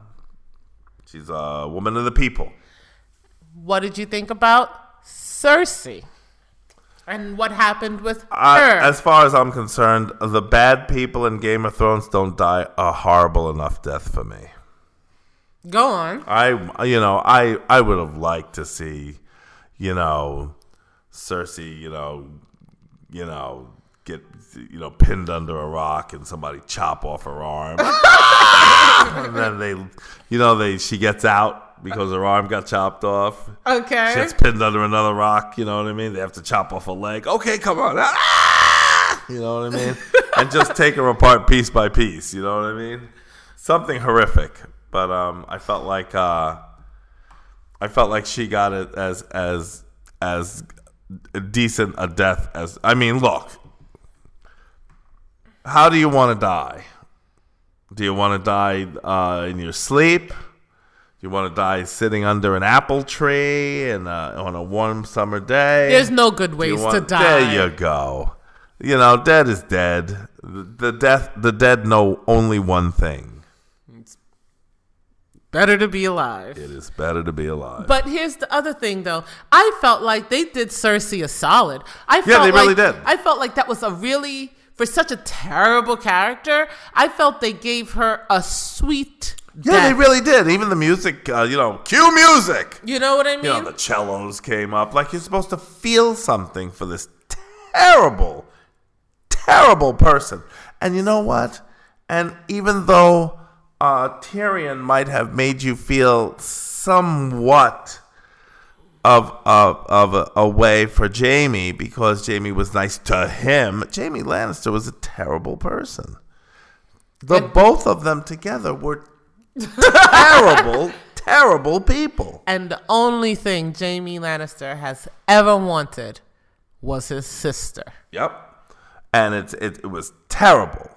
Speaker 1: she's a woman of the people.
Speaker 2: What did you think about Cersei? And what happened with her?
Speaker 1: I, as far as I'm concerned, the bad people in Game of Thrones don't die a horrible enough death for me.
Speaker 2: Go on.
Speaker 1: I, you know, I, I would have liked to see, you know, Cersei, you know, you know, get, you know, pinned under a rock and somebody chop off her arm, *laughs* and then they, you know, they she gets out because her arm got chopped off.
Speaker 2: Okay.
Speaker 1: She gets pinned under another rock. You know what I mean? They have to chop off a leg. Okay, come on. Ah! You know what I mean? and just take her apart piece by piece. You know what I mean? Something horrific. But um, I felt like uh, I felt like she got it as as as decent a death as I mean, look. How do you want to die? Do you want to die uh, in your sleep? You want to die sitting under an apple tree and uh, on a warm summer day?
Speaker 2: There's no good ways
Speaker 1: You want-
Speaker 2: to die.
Speaker 1: There you go. You know, dead is dead. The the death, the dead know only one thing:
Speaker 2: Better to be alive.
Speaker 1: it is better to be alive.
Speaker 2: But here's the other thing, though. I felt like they did Cersei a solid. I felt
Speaker 1: they really
Speaker 2: like,
Speaker 1: did.
Speaker 2: I felt like that was a really for such a terrible character. I felt they gave her a sweet.
Speaker 1: yeah,
Speaker 2: death.
Speaker 1: they really did. Even the music, uh, you know, cue music.
Speaker 2: You know what I mean?
Speaker 1: You know, the cellos came up. Like you're supposed to feel something for this terrible, terrible person. And you know what? And even though uh, Tyrion might have made you feel somewhat of of of a, a way for Jamie because Jamie was nice to him. Jamie Lannister was a terrible person. The both of them together were *laughs* terrible, terrible people.
Speaker 2: and the only thing Jamie Lannister has ever wanted was his sister.
Speaker 1: Yep. And it's it, it was terrible.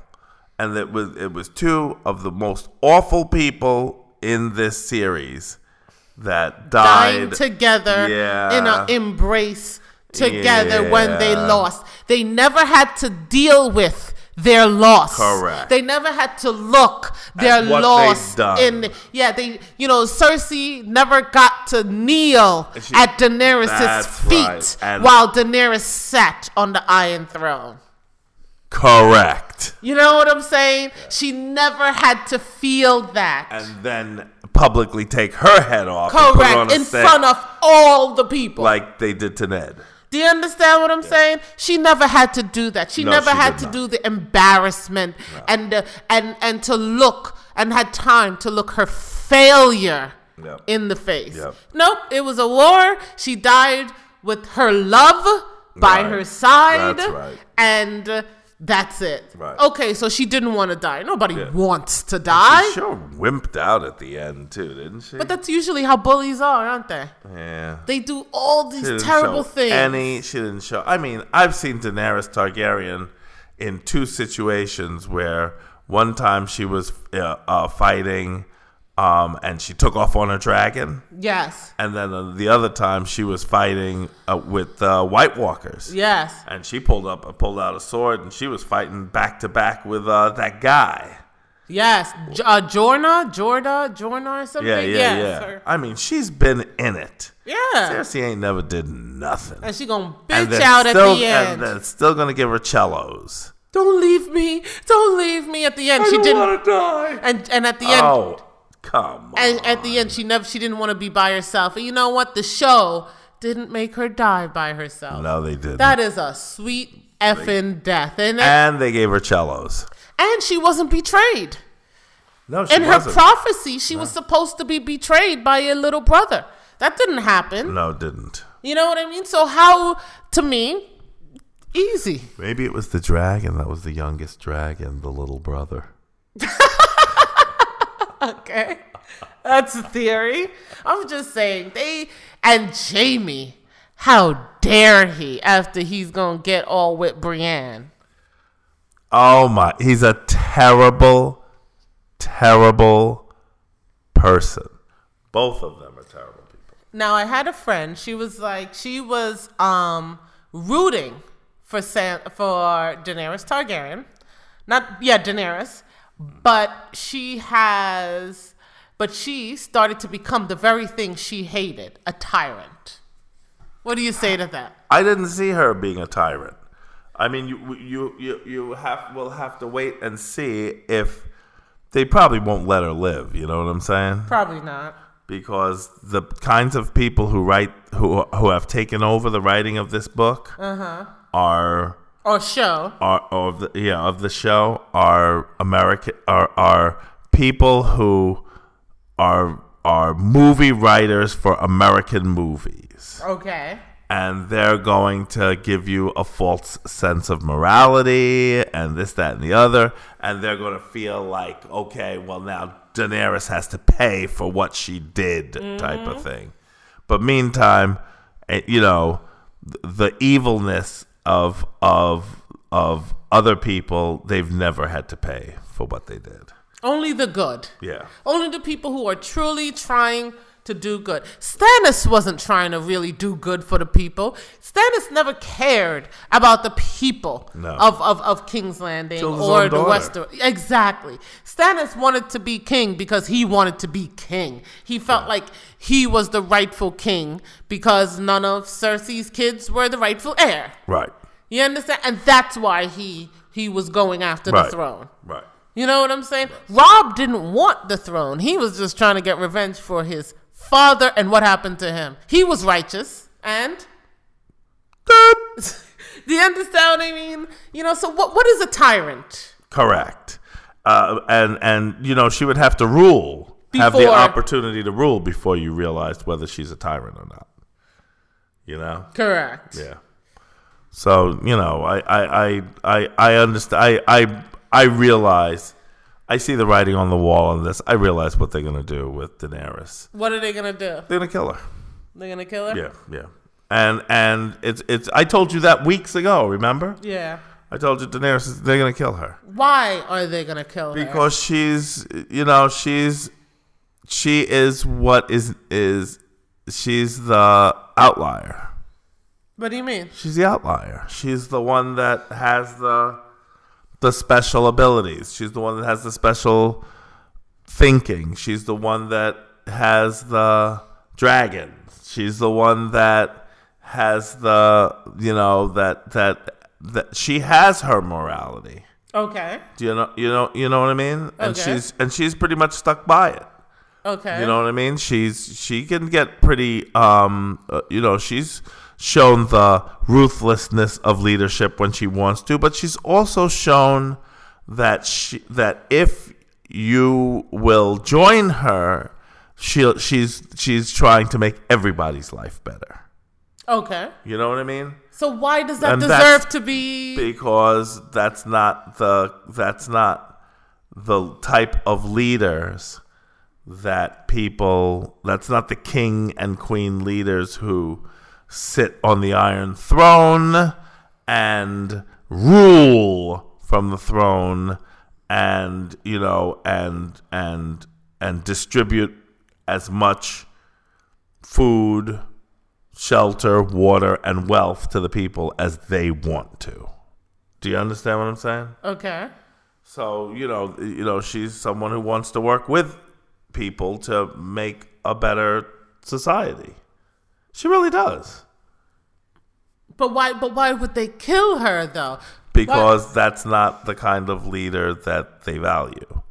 Speaker 1: And it was it was two of the most awful people in this series that
Speaker 2: Dying
Speaker 1: died.
Speaker 2: together
Speaker 1: Yeah.
Speaker 2: in an embrace together when they
Speaker 1: Yeah.
Speaker 2: lost. They never had to deal with their loss.
Speaker 1: Correct.
Speaker 2: They never had to look their
Speaker 1: what
Speaker 2: loss
Speaker 1: they've done.
Speaker 2: in yeah, they you know, Cersei never got to kneel
Speaker 1: She-
Speaker 2: at Daenerys'
Speaker 1: That's
Speaker 2: feet
Speaker 1: right. And-
Speaker 2: while Daenerys sat on the Iron Throne.
Speaker 1: Correct.
Speaker 2: You know what I'm saying? She never had to feel that.
Speaker 1: And then publicly take her head off. and put it on
Speaker 2: Correct.
Speaker 1: a
Speaker 2: In
Speaker 1: stick
Speaker 2: front of all the people.
Speaker 1: like they did to Ned.
Speaker 2: do you understand what I'm saying? She never had to do that. She
Speaker 1: No,
Speaker 2: never
Speaker 1: she
Speaker 2: had
Speaker 1: did
Speaker 2: to
Speaker 1: not.
Speaker 2: do the embarrassment and the, and and to look and had time to look her failure
Speaker 1: Yep.
Speaker 2: in the face.
Speaker 1: Yep.
Speaker 2: Nope, it was a war. She died with her love by
Speaker 1: Right.
Speaker 2: her side.
Speaker 1: That's right.
Speaker 2: And uh, that's it.
Speaker 1: Right.
Speaker 2: Okay, so she didn't want to die. Nobody
Speaker 1: Yeah.
Speaker 2: wants to die.
Speaker 1: she sure wimped out at the end too, didn't she?
Speaker 2: But that's usually how bullies are, aren't they?
Speaker 1: yeah.
Speaker 2: They do all
Speaker 1: She
Speaker 2: these
Speaker 1: didn't
Speaker 2: terrible
Speaker 1: show
Speaker 2: things.
Speaker 1: Any, she didn't show. I mean, I've seen Daenerys Targaryen in two situations where one time she was uh, uh, fighting, um, and she took off on a dragon,
Speaker 2: Yes.
Speaker 1: and then uh, the other time she was fighting uh, with uh, White Walkers.
Speaker 2: Yes.
Speaker 1: And she pulled up, pulled out a sword, and she was fighting back to back with uh, that guy.
Speaker 2: Yes. J- uh, Jorna? Jorda? Jorna or something?
Speaker 1: Yeah, yeah,
Speaker 2: Yes,
Speaker 1: yeah.
Speaker 2: her-
Speaker 1: I mean, she's been in it.
Speaker 2: Yeah.
Speaker 1: Cersei ain't never did nothing.
Speaker 2: And she gonna
Speaker 1: And
Speaker 2: bitch
Speaker 1: they're
Speaker 2: out
Speaker 1: still-
Speaker 2: at the end.
Speaker 1: And they're still gonna give her cellos.
Speaker 2: don't leave me. Don't leave me at the end. she
Speaker 1: to
Speaker 2: didn't
Speaker 1: die.
Speaker 2: and and at the end
Speaker 1: Oh, come on.
Speaker 2: and at the end she never she didn't want to be by herself. And you know what? The show didn't make her die by herself.
Speaker 1: no, they didn't.
Speaker 2: That is a sweet effing death. And, and
Speaker 1: and they gave her cellos.
Speaker 2: and she wasn't betrayed.
Speaker 1: No, she
Speaker 2: In her
Speaker 1: wasn't.
Speaker 2: prophecy, she was supposed to be betrayed by a little brother. That didn't happen.
Speaker 1: no, it didn't.
Speaker 2: You know what I mean? So how to me easy.
Speaker 1: Maybe it was the dragon that was the youngest dragon, the little brother.
Speaker 2: Okay. That's a theory. I'm just saying they and Jamie, how dare he after he's gonna get all with Brienne.
Speaker 1: Oh my! He's a terrible, terrible person. Both of them are terrible people.
Speaker 2: Now I had a friend, she was like she was um rooting for San for Daenerys Targaryen. Not yeah, Daenerys. But she has but she started to become the very thing she hated, a tyrant. What do you say to that?
Speaker 1: I didn't see her being a tyrant. I mean, you you you you have will have to wait and see if they probably won't let her live. You know what I'm saying?
Speaker 2: Probably not.
Speaker 1: Because the kinds of people who write who who have taken over the writing of this book are
Speaker 2: Or show.
Speaker 1: are of the yeah of the show are American are are people who are are movie writers for American movies,
Speaker 2: Okay.
Speaker 1: and they're going to give you a false sense of morality and this that and the other, and they're going to feel like okay, well now Daenerys has to pay for what she did type of thing, but meantime, eh, you know th- the evilness of of of other people they've never had to pay for what they did.
Speaker 2: Only the good.
Speaker 1: Yeah.
Speaker 2: Only the people who are truly trying to do good. Stannis wasn't trying to really do good for the people. Stannis never cared about the people
Speaker 1: No.
Speaker 2: of, of, of King's Landing
Speaker 1: Killed his
Speaker 2: or
Speaker 1: own
Speaker 2: the
Speaker 1: daughter.
Speaker 2: Wester. Exactly. Stannis wanted to be king because he wanted to be king. He felt like he was the rightful king because none of Cersei's kids were the rightful heir.
Speaker 1: Right.
Speaker 2: You understand? And that's why he he was going after
Speaker 1: Right.
Speaker 2: the throne.
Speaker 1: Right.
Speaker 2: You know what I'm saying? Rob didn't want the throne. He was just trying to get revenge for his father and what happened to him. He was righteous and *laughs* Do you understand what I mean? You know, so what what is a tyrant?
Speaker 1: Correct. Uh, and and you know she would have to rule, have the
Speaker 2: Before-
Speaker 1: opportunity to rule before you realized whether she's a tyrant or not. You know.
Speaker 2: Correct.
Speaker 1: Yeah. So you know, I I I I, I understand. I I I realize. I see the writing on the wall on this. I realize what they're gonna do with Daenerys.
Speaker 2: What are they gonna do?
Speaker 1: They're gonna kill her.
Speaker 2: They're gonna kill her?
Speaker 1: Yeah, yeah. And and it's it's. I told you that weeks ago. Remember?
Speaker 2: Yeah.
Speaker 1: I told you Daenerys. is- They're gonna kill her.
Speaker 2: Why are they gonna kill her?
Speaker 1: because she's you know she's she is what is is she's the outlier
Speaker 2: what do you mean?
Speaker 1: she's the outlier she's the one that has the the special abilities she's the one that has the special thinking she's the one that has the dragon she's the one that has the you know that that that she has her morality
Speaker 2: Okay.
Speaker 1: do you know you know you know what I mean? And
Speaker 2: Okay.
Speaker 1: she's and she's pretty much stuck by it.
Speaker 2: Okay.
Speaker 1: You know what I mean? She's she can get pretty um uh, you know, she's shown the ruthlessness of leadership when she wants to, but she's also shown that she that if you will join her, she'll she's she's trying to make everybody's life better.
Speaker 2: Okay.
Speaker 1: You know what I mean?
Speaker 2: So why does that
Speaker 1: And that's
Speaker 2: deserve to be?
Speaker 1: Because that's not the that's not the type of leaders that people that's not the king and queen leaders who sit on the iron throne and rule from the throne and you know and and and distribute as much food shelter, water, and wealth to the people as they want to. Do you understand what I'm saying?
Speaker 2: Okay.
Speaker 1: So you know, you know, she's someone who wants to work with people to make a better society. She really does
Speaker 2: But why? But why would they kill her though?
Speaker 1: because that's not the kind of leader that they value.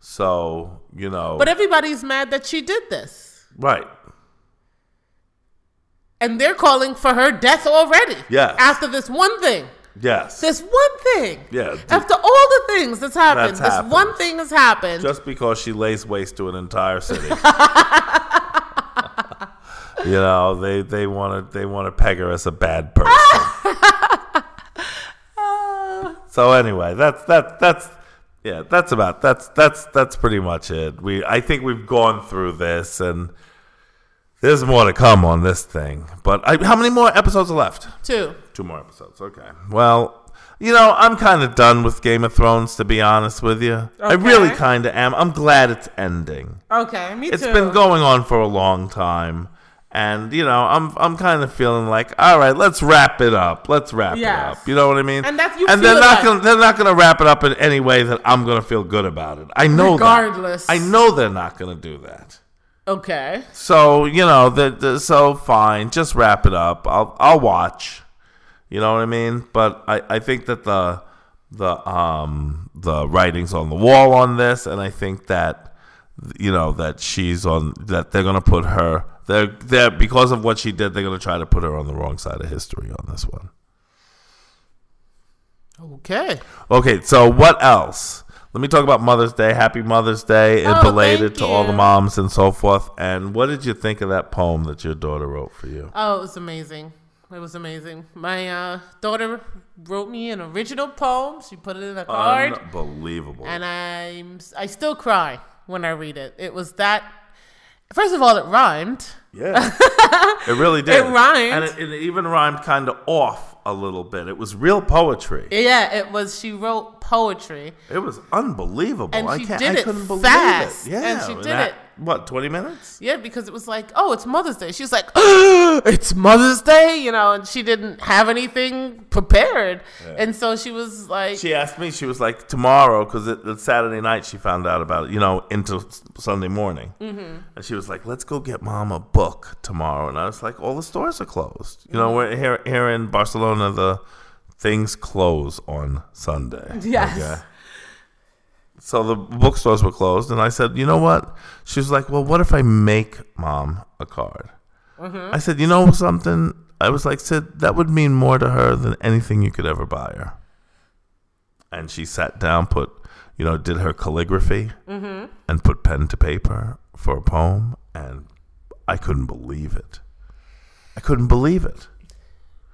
Speaker 1: So you know,
Speaker 2: But everybody's mad that she did this,
Speaker 1: right?
Speaker 2: and they're calling for her death already.
Speaker 1: Yes.
Speaker 2: After this one thing.
Speaker 1: Yes.
Speaker 2: This one thing.
Speaker 1: Yeah, th-
Speaker 2: After all the things that's happened,
Speaker 1: That's
Speaker 2: this
Speaker 1: happened.
Speaker 2: one thing has happened.
Speaker 1: just because she lays waste to an entire city. you know, they they want to they want to peg her as a bad person. so anyway, that's that that's yeah, that's about that's that's that's pretty much it. We I think we've gone through this and there's more to come on this thing. But I, how many more episodes are left?
Speaker 2: Two.
Speaker 1: Two more episodes. Okay. Well, you know, I'm kind of done with Game of Thrones, to be honest with you. I really
Speaker 2: Okay.
Speaker 1: kind of am. I'm glad it's ending.
Speaker 2: Okay. Me
Speaker 1: It's
Speaker 2: too.
Speaker 1: been going on for a long time. And you know, I'm I'm kind of feeling like, all right, let's wrap it up. Let's wrap it
Speaker 2: Yes.
Speaker 1: up. You know what I mean?
Speaker 2: And that's- you
Speaker 1: and
Speaker 2: feel
Speaker 1: they're not
Speaker 2: that.
Speaker 1: gonna they're not gonna wrap it up in any way that I'm gonna feel good about it. I know
Speaker 2: Regardless.
Speaker 1: That. I know they're not gonna do that.
Speaker 2: Okay.
Speaker 1: So you know the, the so fine, just wrap it up. I'll I'll watch. You know what I mean? But I, I think that the the um the writing's on the wall on this, and I think that you know that she's on that they're gonna put her they're they're because of what she did, they're gonna try to put her on the wrong side of history on this one.
Speaker 2: Okay.
Speaker 1: Okay, so what else? Let me talk about Mother's Day. Happy Mother's Day and
Speaker 2: Oh,
Speaker 1: belated
Speaker 2: thank
Speaker 1: to all the
Speaker 2: you.
Speaker 1: moms and so forth. And what did you think of that poem that your daughter wrote for you?
Speaker 2: Oh, it was amazing. It was amazing. My uh, daughter wrote me an original poem. She put it
Speaker 1: Um,
Speaker 2: in a card,
Speaker 1: Unbelievable.
Speaker 2: and I'm I still cry when I read it. It was that. First of all, it rhymed. *laughs*
Speaker 1: yeah. it really did.
Speaker 2: It rhymed.
Speaker 1: And it, it even rhymed kind of off a little bit. It was real poetry. It,
Speaker 2: Yeah, it was. She wrote poetry.
Speaker 1: was unbelievable.
Speaker 2: And
Speaker 1: I,
Speaker 2: she
Speaker 1: can't,
Speaker 2: did
Speaker 1: I
Speaker 2: it
Speaker 1: couldn't believe
Speaker 2: fast,
Speaker 1: it.
Speaker 2: and
Speaker 1: Yeah.
Speaker 2: she did
Speaker 1: that-
Speaker 2: it.
Speaker 1: What, 20 minutes?
Speaker 2: Yeah, because it was like, oh, it's Mother's Day. She was like, *gasps* it's Mother's Day, you know, and she didn't have anything prepared, and so she was like,
Speaker 1: She asked me, she was like, tomorrow, because it, it's Saturday night she found out about it, you know, into s- Sunday morning. Mm-hmm. And she was like, let's go get mom a book tomorrow. And I was like, all the stores are closed. You know, we're here, here in Barcelona, the things close on Sunday.
Speaker 2: Yes.
Speaker 1: So the bookstores were closed, and I said, "You know what?" She was like, "Well, what if I make mom a card?" I said, "You know something?" I was like, "Sid, that would mean more to her than anything you could ever buy her." And she sat down, put, you know, did her calligraphy, and put pen to paper for a poem, and I couldn't believe it. I couldn't believe it.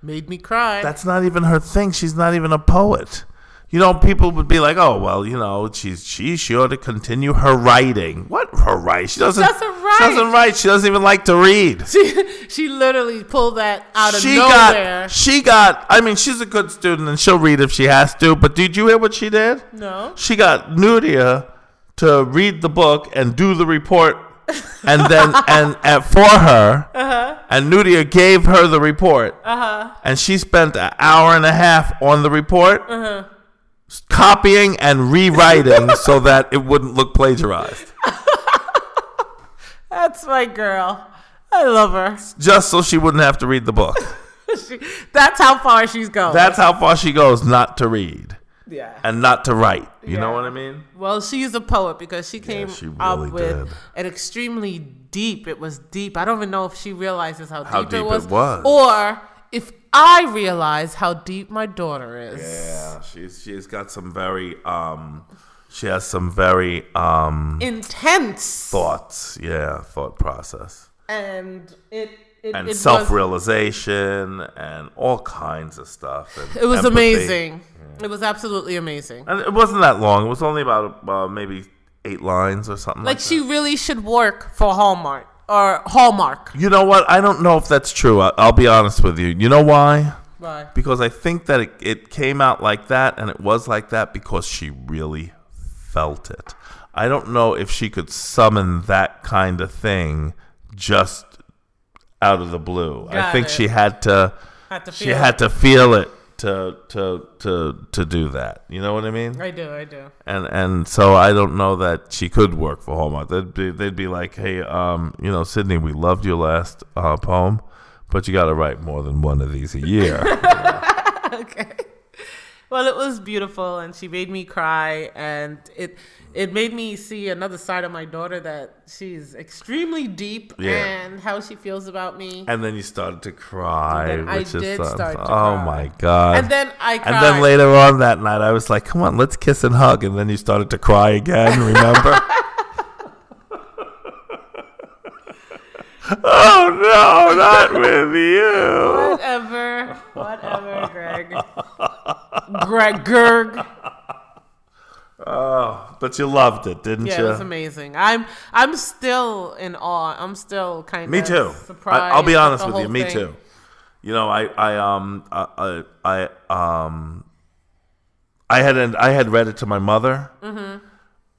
Speaker 2: made me cry.
Speaker 1: That's not even her thing. She's not even a poet. You know, people would be like, "Oh, well, you know, she's she she ought to continue her writing." What her writing? She doesn't.
Speaker 2: doesn't
Speaker 1: She doesn't
Speaker 2: write.
Speaker 1: write. She doesn't even like to read.
Speaker 2: *laughs* she she literally pulled that out of
Speaker 1: she
Speaker 2: nowhere.
Speaker 1: got. She got. I mean, she's a good student, and she'll read if she has to. But did you hear what she did?
Speaker 2: no.
Speaker 1: She got Nudia to read the book and do the report, and then and, and for her, and Nudia gave her the report, and she spent an hour and a half on the report, s- copying and rewriting so that it wouldn't look plagiarized,
Speaker 2: That's my girl. I love her. *laughs*
Speaker 1: just so she wouldn't have to read the book.
Speaker 2: She, that's how far she's going.
Speaker 1: That's how far she goes not to read.
Speaker 2: Yeah.
Speaker 1: and not to write. You know
Speaker 2: Yeah.
Speaker 1: what I mean?
Speaker 2: Well, she's a poet because she came
Speaker 1: she really
Speaker 2: up with
Speaker 1: did.
Speaker 2: an extremely deep. It was deep. I don't even know if she realizes how,
Speaker 1: How
Speaker 2: deep,
Speaker 1: deep
Speaker 2: it,
Speaker 1: it
Speaker 2: was,
Speaker 1: was.
Speaker 2: or if I realize how deep my daughter is.
Speaker 1: Yeah, she's she's got some very um, she has some very um
Speaker 2: Intense
Speaker 1: thoughts. Yeah, thought process
Speaker 2: and it it,
Speaker 1: and
Speaker 2: it
Speaker 1: self
Speaker 2: was
Speaker 1: realization and all kinds of stuff. And
Speaker 2: it was
Speaker 1: empathy.
Speaker 2: amazing. It was absolutely amazing.
Speaker 1: and it wasn't that long. It was only about uh, maybe eight lines or something. Like,
Speaker 2: Like she really should work for Hallmark or Hallmark.
Speaker 1: that. you know what? I don't know if that's true. I, I'll be honest with you. You know why?
Speaker 2: Right.
Speaker 1: Because I think that it, it came out like that and it was like that because she really felt it. I don't know if she could summon that kind of thing just out of the blue. I
Speaker 2: Got
Speaker 1: think
Speaker 2: it.
Speaker 1: she had to
Speaker 2: Had to
Speaker 1: she
Speaker 2: feel
Speaker 1: had to feel it to to to to do that. You know what I mean?
Speaker 2: I do. I do.
Speaker 1: and and so I don't know that she could work for Hallmark. They'd be, they'd be like, hey, um, you know, Sydney, we loved your last uh, poem, but you got to write more than one of these a year.
Speaker 2: *laughs* okay. Well, it was beautiful, and she made me cry, and it it made me see another side of my daughter that she's extremely deep
Speaker 1: Yeah.
Speaker 2: and how she feels about me. And,
Speaker 1: and then you started to cry,
Speaker 2: And then I
Speaker 1: which is
Speaker 2: did
Speaker 1: something.
Speaker 2: start to
Speaker 1: oh
Speaker 2: cry.
Speaker 1: my god.
Speaker 2: then I cried.
Speaker 1: And then later on that night, I was like, "Come on, let's kiss and hug." And then you started to cry again.
Speaker 2: *laughs*
Speaker 1: Remember? *laughs* oh no,
Speaker 2: *laughs*
Speaker 1: not with you.
Speaker 2: Whatever, whatever, Greg. Greg, Greg.
Speaker 1: Oh, but you loved it, didn't
Speaker 2: Yeah,
Speaker 1: you?
Speaker 2: it was amazing. I'm I'm still in awe. I'm still kind
Speaker 1: Me
Speaker 2: of
Speaker 1: too.
Speaker 2: Surprised
Speaker 1: I, I'll be
Speaker 2: the
Speaker 1: honest with you.
Speaker 2: whole
Speaker 1: Me
Speaker 2: thing.
Speaker 1: too. You know, I, I, um, I, I, I, um, I had, I had read it to my mother,
Speaker 2: Mm-hmm.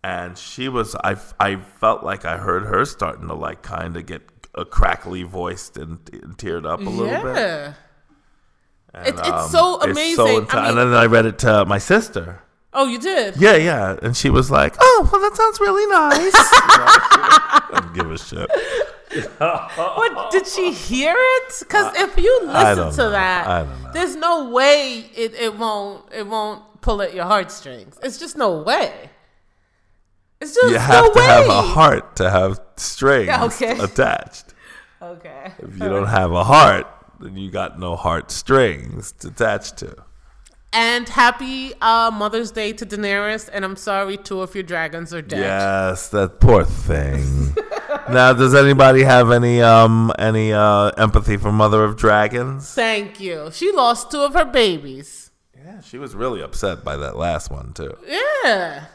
Speaker 1: and she was, I, I felt like I heard her starting to like kind of get a crackly voiced and, and teared up a little bit.
Speaker 2: Yeah.
Speaker 1: And, um,
Speaker 2: It's- it's so amazing.
Speaker 1: enti-
Speaker 2: I
Speaker 1: and
Speaker 2: mean-
Speaker 1: then I read it to my sister.
Speaker 2: Oh, you did.
Speaker 1: Yeah, yeah, and she was like, "Oh, well, that sounds really
Speaker 2: *laughs*
Speaker 1: nice." I don't give a shit.
Speaker 2: What did she hear it? Because if you
Speaker 1: Uh, I
Speaker 2: listen
Speaker 1: don't
Speaker 2: to
Speaker 1: know.
Speaker 2: that,
Speaker 1: I don't know.
Speaker 2: there's no way it, it won't it won't pull at your heartstrings. It's just no way. It's just
Speaker 1: you
Speaker 2: no
Speaker 1: have to
Speaker 2: way.
Speaker 1: have a heart to have strings
Speaker 2: Yeah, okay. *laughs*
Speaker 1: attached.
Speaker 2: Okay.
Speaker 1: If you don't have a heart, then you got no heart strings to attach to.
Speaker 2: And happy uh, Mother's Day to Daenerys. And I'm sorry, two of your dragons are dead.
Speaker 1: Yes, that poor
Speaker 2: *laughs*
Speaker 1: thing. now, does anybody have any um any uh empathy for Mother of Dragons?
Speaker 2: Thank you. She lost two of her babies.
Speaker 1: Yeah, she was really upset by that last one too.
Speaker 2: Yeah.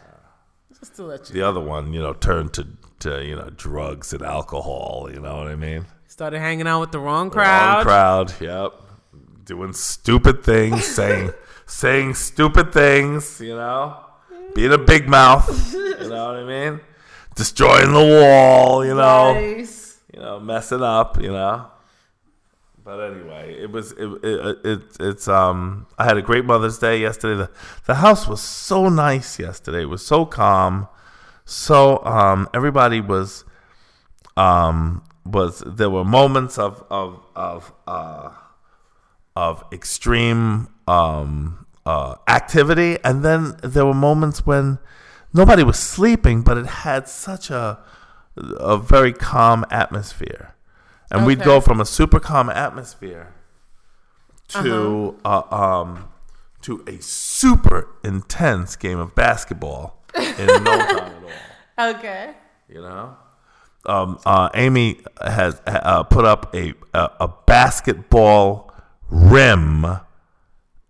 Speaker 2: Just to let you
Speaker 1: The other one, you know, turned to to you know drugs and alcohol. You know what I mean?
Speaker 2: started hanging out with the wrong crowd.
Speaker 1: Wrong crowd. Yep. Doing stupid things, saying saying stupid things, you know? Being a big mouth. You know what I mean? Destroying the wall, you know.
Speaker 2: Nice.
Speaker 1: You know, messing up, you know. But anyway, it was it, it, it it's um I had a great Mother's Day yesterday. The the house was so nice yesterday. It was so calm. So um everybody was um was there were moments of of of uh of extreme um uh activity and then there were moments when nobody was sleeping but it had such a a very calm atmosphere. And we'd
Speaker 2: Okay.
Speaker 1: go from a super calm atmosphere to uh, um to a super intense game of basketball in no time at all.
Speaker 2: Okay.
Speaker 1: You know, um, uh, Amy has uh, put up a, a a basketball rim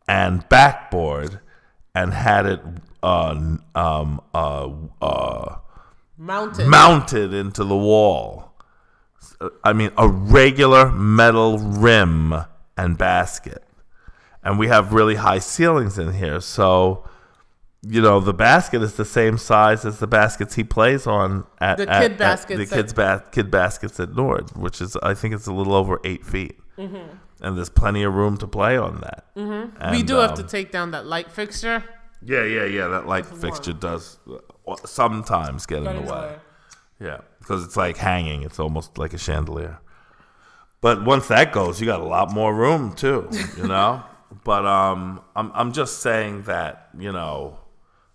Speaker 1: and backboard and had it uh, um, uh, uh,
Speaker 2: Mounted.
Speaker 1: mounted into the wall. I mean, a regular metal rim and basket. And we have really high ceilings in here. So, you know, the basket is the same size as the baskets he plays on at
Speaker 2: The
Speaker 1: at-
Speaker 2: kid
Speaker 1: at
Speaker 2: baskets
Speaker 1: the
Speaker 2: at-
Speaker 1: kids ba- kid baskets at Nord, which is, I think it's a little over eight feet. And there's plenty of room to play on that. Mm-hmm.
Speaker 2: Mm-hmm. we do have to take down that light fixture.
Speaker 1: Yeah, yeah, yeah. That light fixture does uh, sometimes get in the way. Yeah, because it's like hanging. It's almost like a chandelier. But once that goes, you *laughs* got a lot more room too. You know, but um, I'm I'm just saying that you know,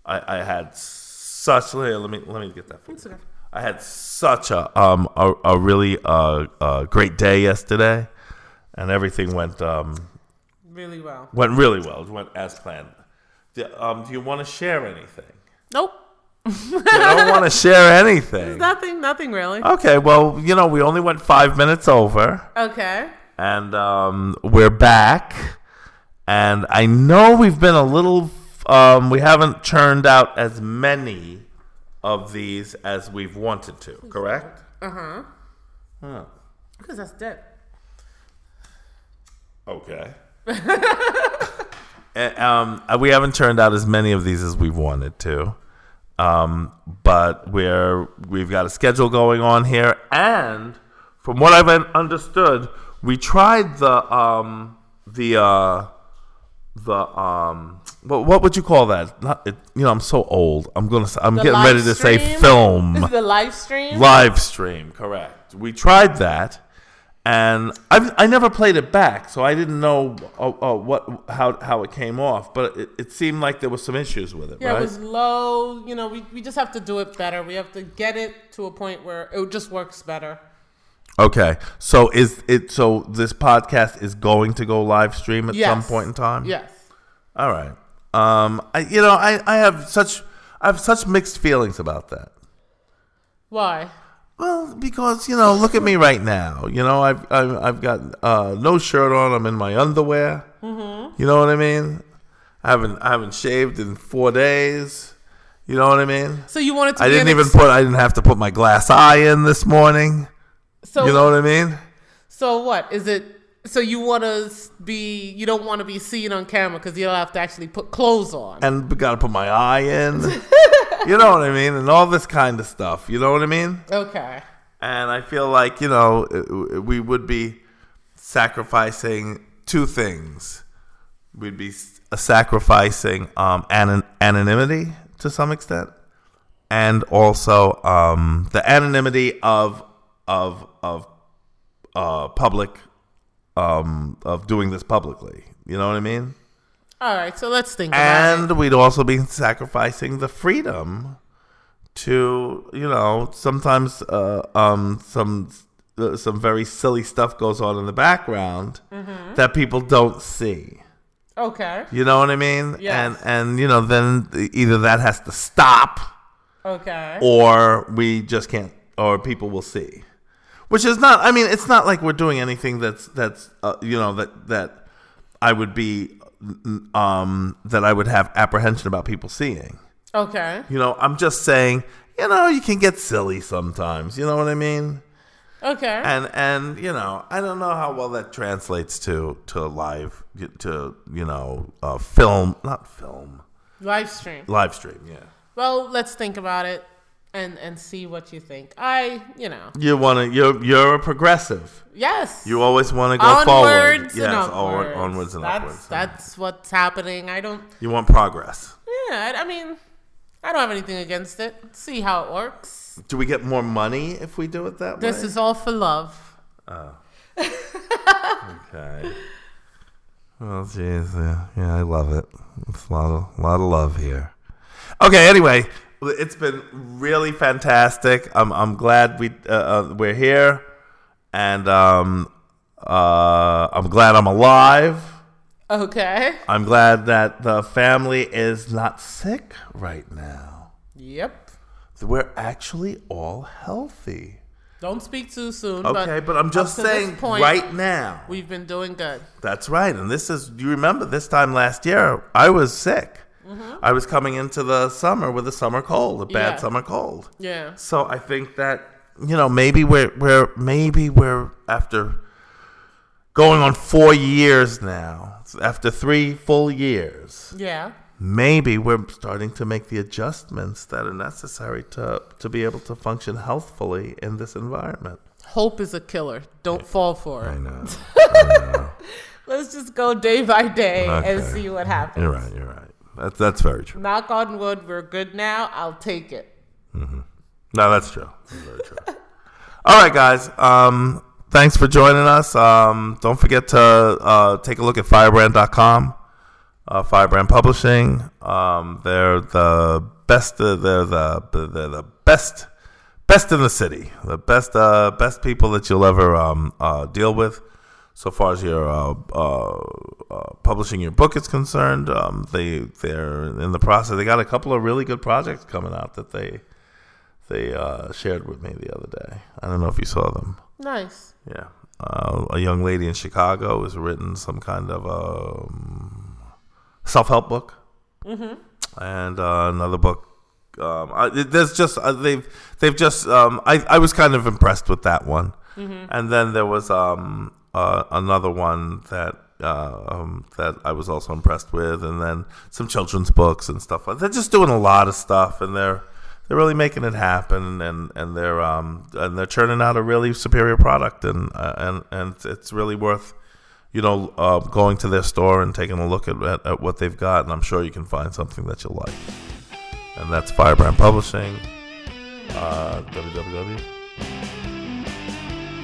Speaker 1: I, I had such let me let me get that. For you.
Speaker 2: It's okay.
Speaker 1: I had such a um a, a really uh, uh great day yesterday, and everything went um
Speaker 2: Really well.
Speaker 1: went really well. It went as planned. Do, um, do you want to share
Speaker 2: *laughs*
Speaker 1: anything?
Speaker 2: Nope.
Speaker 1: I don't want to share anything.
Speaker 2: Nothing. Nothing really.
Speaker 1: Okay, well, you know, we only went five minutes over,
Speaker 2: Okay.
Speaker 1: and um, we're back. And I know we've been a little, um, we haven't churned out as many of these as we've wanted to, correct?
Speaker 2: Uh huh.
Speaker 1: Huh.
Speaker 2: Because that's dead.
Speaker 1: *laughs* Okay. Eh, um, we haven't turned out as many of these as we wanted to, um, but we're we've got a schedule going on here, and from what I've un- understood, we tried the um, the uh, the um, what, what would you call that? Not, it, you know, I'm so old. I'm gonna. s- I'm getting
Speaker 2: live
Speaker 1: ready to say
Speaker 2: stream?
Speaker 1: film
Speaker 2: *laughs* This is the live stream.
Speaker 1: live stream correct we tried that and I've, i never played it back so i didn't know uh, uh, what how, how it came off but it, it seemed like there was some issues with it
Speaker 2: yeah,
Speaker 1: right
Speaker 2: it was low. You know, we, we just have to do it better. We have to get it to a point where it just works better.
Speaker 1: okay so is it so this podcast is going to go live stream at
Speaker 2: Yes.
Speaker 1: some point in time
Speaker 2: Yes.
Speaker 1: all right um i you know i i have such i have such mixed feelings about that
Speaker 2: Why?
Speaker 1: Well, because you know, look at me right now. You know, I've I've, I've got uh, no shirt on. I'm in my underwear.
Speaker 2: Mm-hmm.
Speaker 1: You know what I mean? I haven't I haven't shaved in four days. You know what I mean?
Speaker 2: So you wanted to?
Speaker 1: I
Speaker 2: be
Speaker 1: didn't
Speaker 2: an
Speaker 1: even
Speaker 2: ex-
Speaker 1: put I didn't have to put my glass eye in this morning.
Speaker 2: So
Speaker 1: You know what I mean?
Speaker 2: so what is it? So you want to be? You don't want to be seen on camera because you'll have to actually put clothes on.
Speaker 1: And got to put my eye
Speaker 2: *laughs*
Speaker 1: in. you know what I mean? And all this kind of stuff. You know what I mean?
Speaker 2: Okay.
Speaker 1: And I feel like, you know, it- we would be sacrificing two things. We'd be s- sacrificing um, anon- anonymity to some extent, and also um, the anonymity of of of uh, public um, of doing this publicly. You know what I mean?
Speaker 2: All right. So let's think. about it.
Speaker 1: And we'd also be sacrificing the freedom to, you know, sometimes uh, um, some uh, some very silly stuff goes on in the background
Speaker 2: Mm-hmm.
Speaker 1: that people don't see.
Speaker 2: Okay.
Speaker 1: You know what I mean?
Speaker 2: Yes.
Speaker 1: And and you know then either that has to stop
Speaker 2: Okay.
Speaker 1: or we just can't or people will see. Which is not I mean it's not like we're doing anything that's that's uh, you know that that I would be um that I would have apprehension about people seeing.
Speaker 2: Okay.
Speaker 1: You know, I'm just saying, you know, you can get silly sometimes, you know what I mean?
Speaker 2: Okay.
Speaker 1: And and you know, I don't know how well that translates to to live to you know, uh film, not film,
Speaker 2: Live stream.
Speaker 1: live stream, yeah.
Speaker 2: Well, let's think about it and and see what you think. I, you know,
Speaker 1: You want to you're you're a progressive.
Speaker 2: yes.
Speaker 1: You always want to go forward.
Speaker 2: onwards and
Speaker 1: yes, onward-
Speaker 2: upwards.
Speaker 1: onwards and
Speaker 2: that's,
Speaker 1: upwards.
Speaker 2: That's what's happening. I don't.
Speaker 1: You want progress.
Speaker 2: Yeah. I, I mean, I don't have anything against it. See how it works.
Speaker 1: Do we get more money if we do it that
Speaker 2: This
Speaker 1: way?
Speaker 2: is all for love.
Speaker 1: okay. Well, jeez, yeah, yeah, I love it. It's a lot of lot of love here. Okay, anyway, it's been really fantastic. I'm I'm glad we uh, uh, we're here, and um, uh, I'm glad I'm alive.
Speaker 2: Okay.
Speaker 1: I'm glad that the family is not sick right now.
Speaker 2: Yep.
Speaker 1: we're actually all healthy.
Speaker 2: Don't speak too soon.
Speaker 1: Okay, but, I'm just
Speaker 2: up to this
Speaker 1: saying
Speaker 2: point-
Speaker 1: right now.
Speaker 2: We've been doing good.
Speaker 1: That's right. And this is, you remember this time last year, I was sick. I was coming into the summer with a summer cold, a bad
Speaker 2: Mm-hmm. Yeah.
Speaker 1: summer cold.
Speaker 2: Yeah.
Speaker 1: So I think that, you know, maybe we're, we're, maybe we're after going on four years now, after three full years,
Speaker 2: Yeah.
Speaker 1: maybe we're starting to make the adjustments that are necessary to to be able to function healthfully in this environment.
Speaker 2: Hope is a killer. Don't fall for it.
Speaker 1: know.
Speaker 2: Let's just go day by day and
Speaker 1: Okay.
Speaker 2: see what happens.
Speaker 1: You're right. You're right. That's that's very true.
Speaker 2: Knock on wood, we're good now. I'll take it.
Speaker 1: *laughs* No, that's true. That's very true. All right, guys. Um, thanks for joining us. Um, don't forget to uh, take a look at firebrand.com, uh, Firebrand Publishing. Um, they're the best. Uh, they're the they're the best best in the city. The best uh, best people that you'll ever um, uh, deal with. So far as your uh, uh, uh, publishing your book is concerned, um, they they're in the process. They got a couple of really good projects coming out that they they uh, shared with me the other day. I don't know if you saw them.
Speaker 2: Nice.
Speaker 1: Yeah. Uh, a young lady in Chicago has written some kind of um, self help book. Mm-hmm. And uh, another book. Um, I, it- there's just uh, they've they've just um, I I was kind of impressed with that one, and then there was um uh, another one that uh, um, that I was also impressed with, and then some children's books and stuff like. They're just doing a lot of stuff, and they're they're really making it happen, and and they're um and they're churning out a really superior product, and uh, and and it's- it's really worth you know uh, going to their store and taking a look at, at at what they've got, and I'm sure you can find something that you'll like and that's Firebrand Publishing. Uh, www.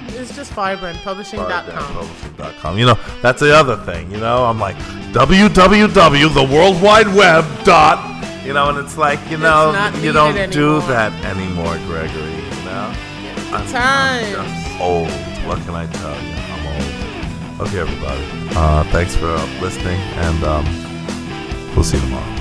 Speaker 2: It's just firebrandpublishing.com.
Speaker 1: Publishing.com. You know, that's the other thing. You know, I'm like www. The World Wide Web dot. You know, and it's like you know
Speaker 2: not
Speaker 1: you don't
Speaker 2: needed
Speaker 1: do
Speaker 2: anymore.
Speaker 1: that anymore, Gregory. You know, I'm, I'm
Speaker 2: Times.
Speaker 1: just old. What can I tell you? I'm old. Okay, everybody. Uh, thanks for listening, and um, we'll see you tomorrow.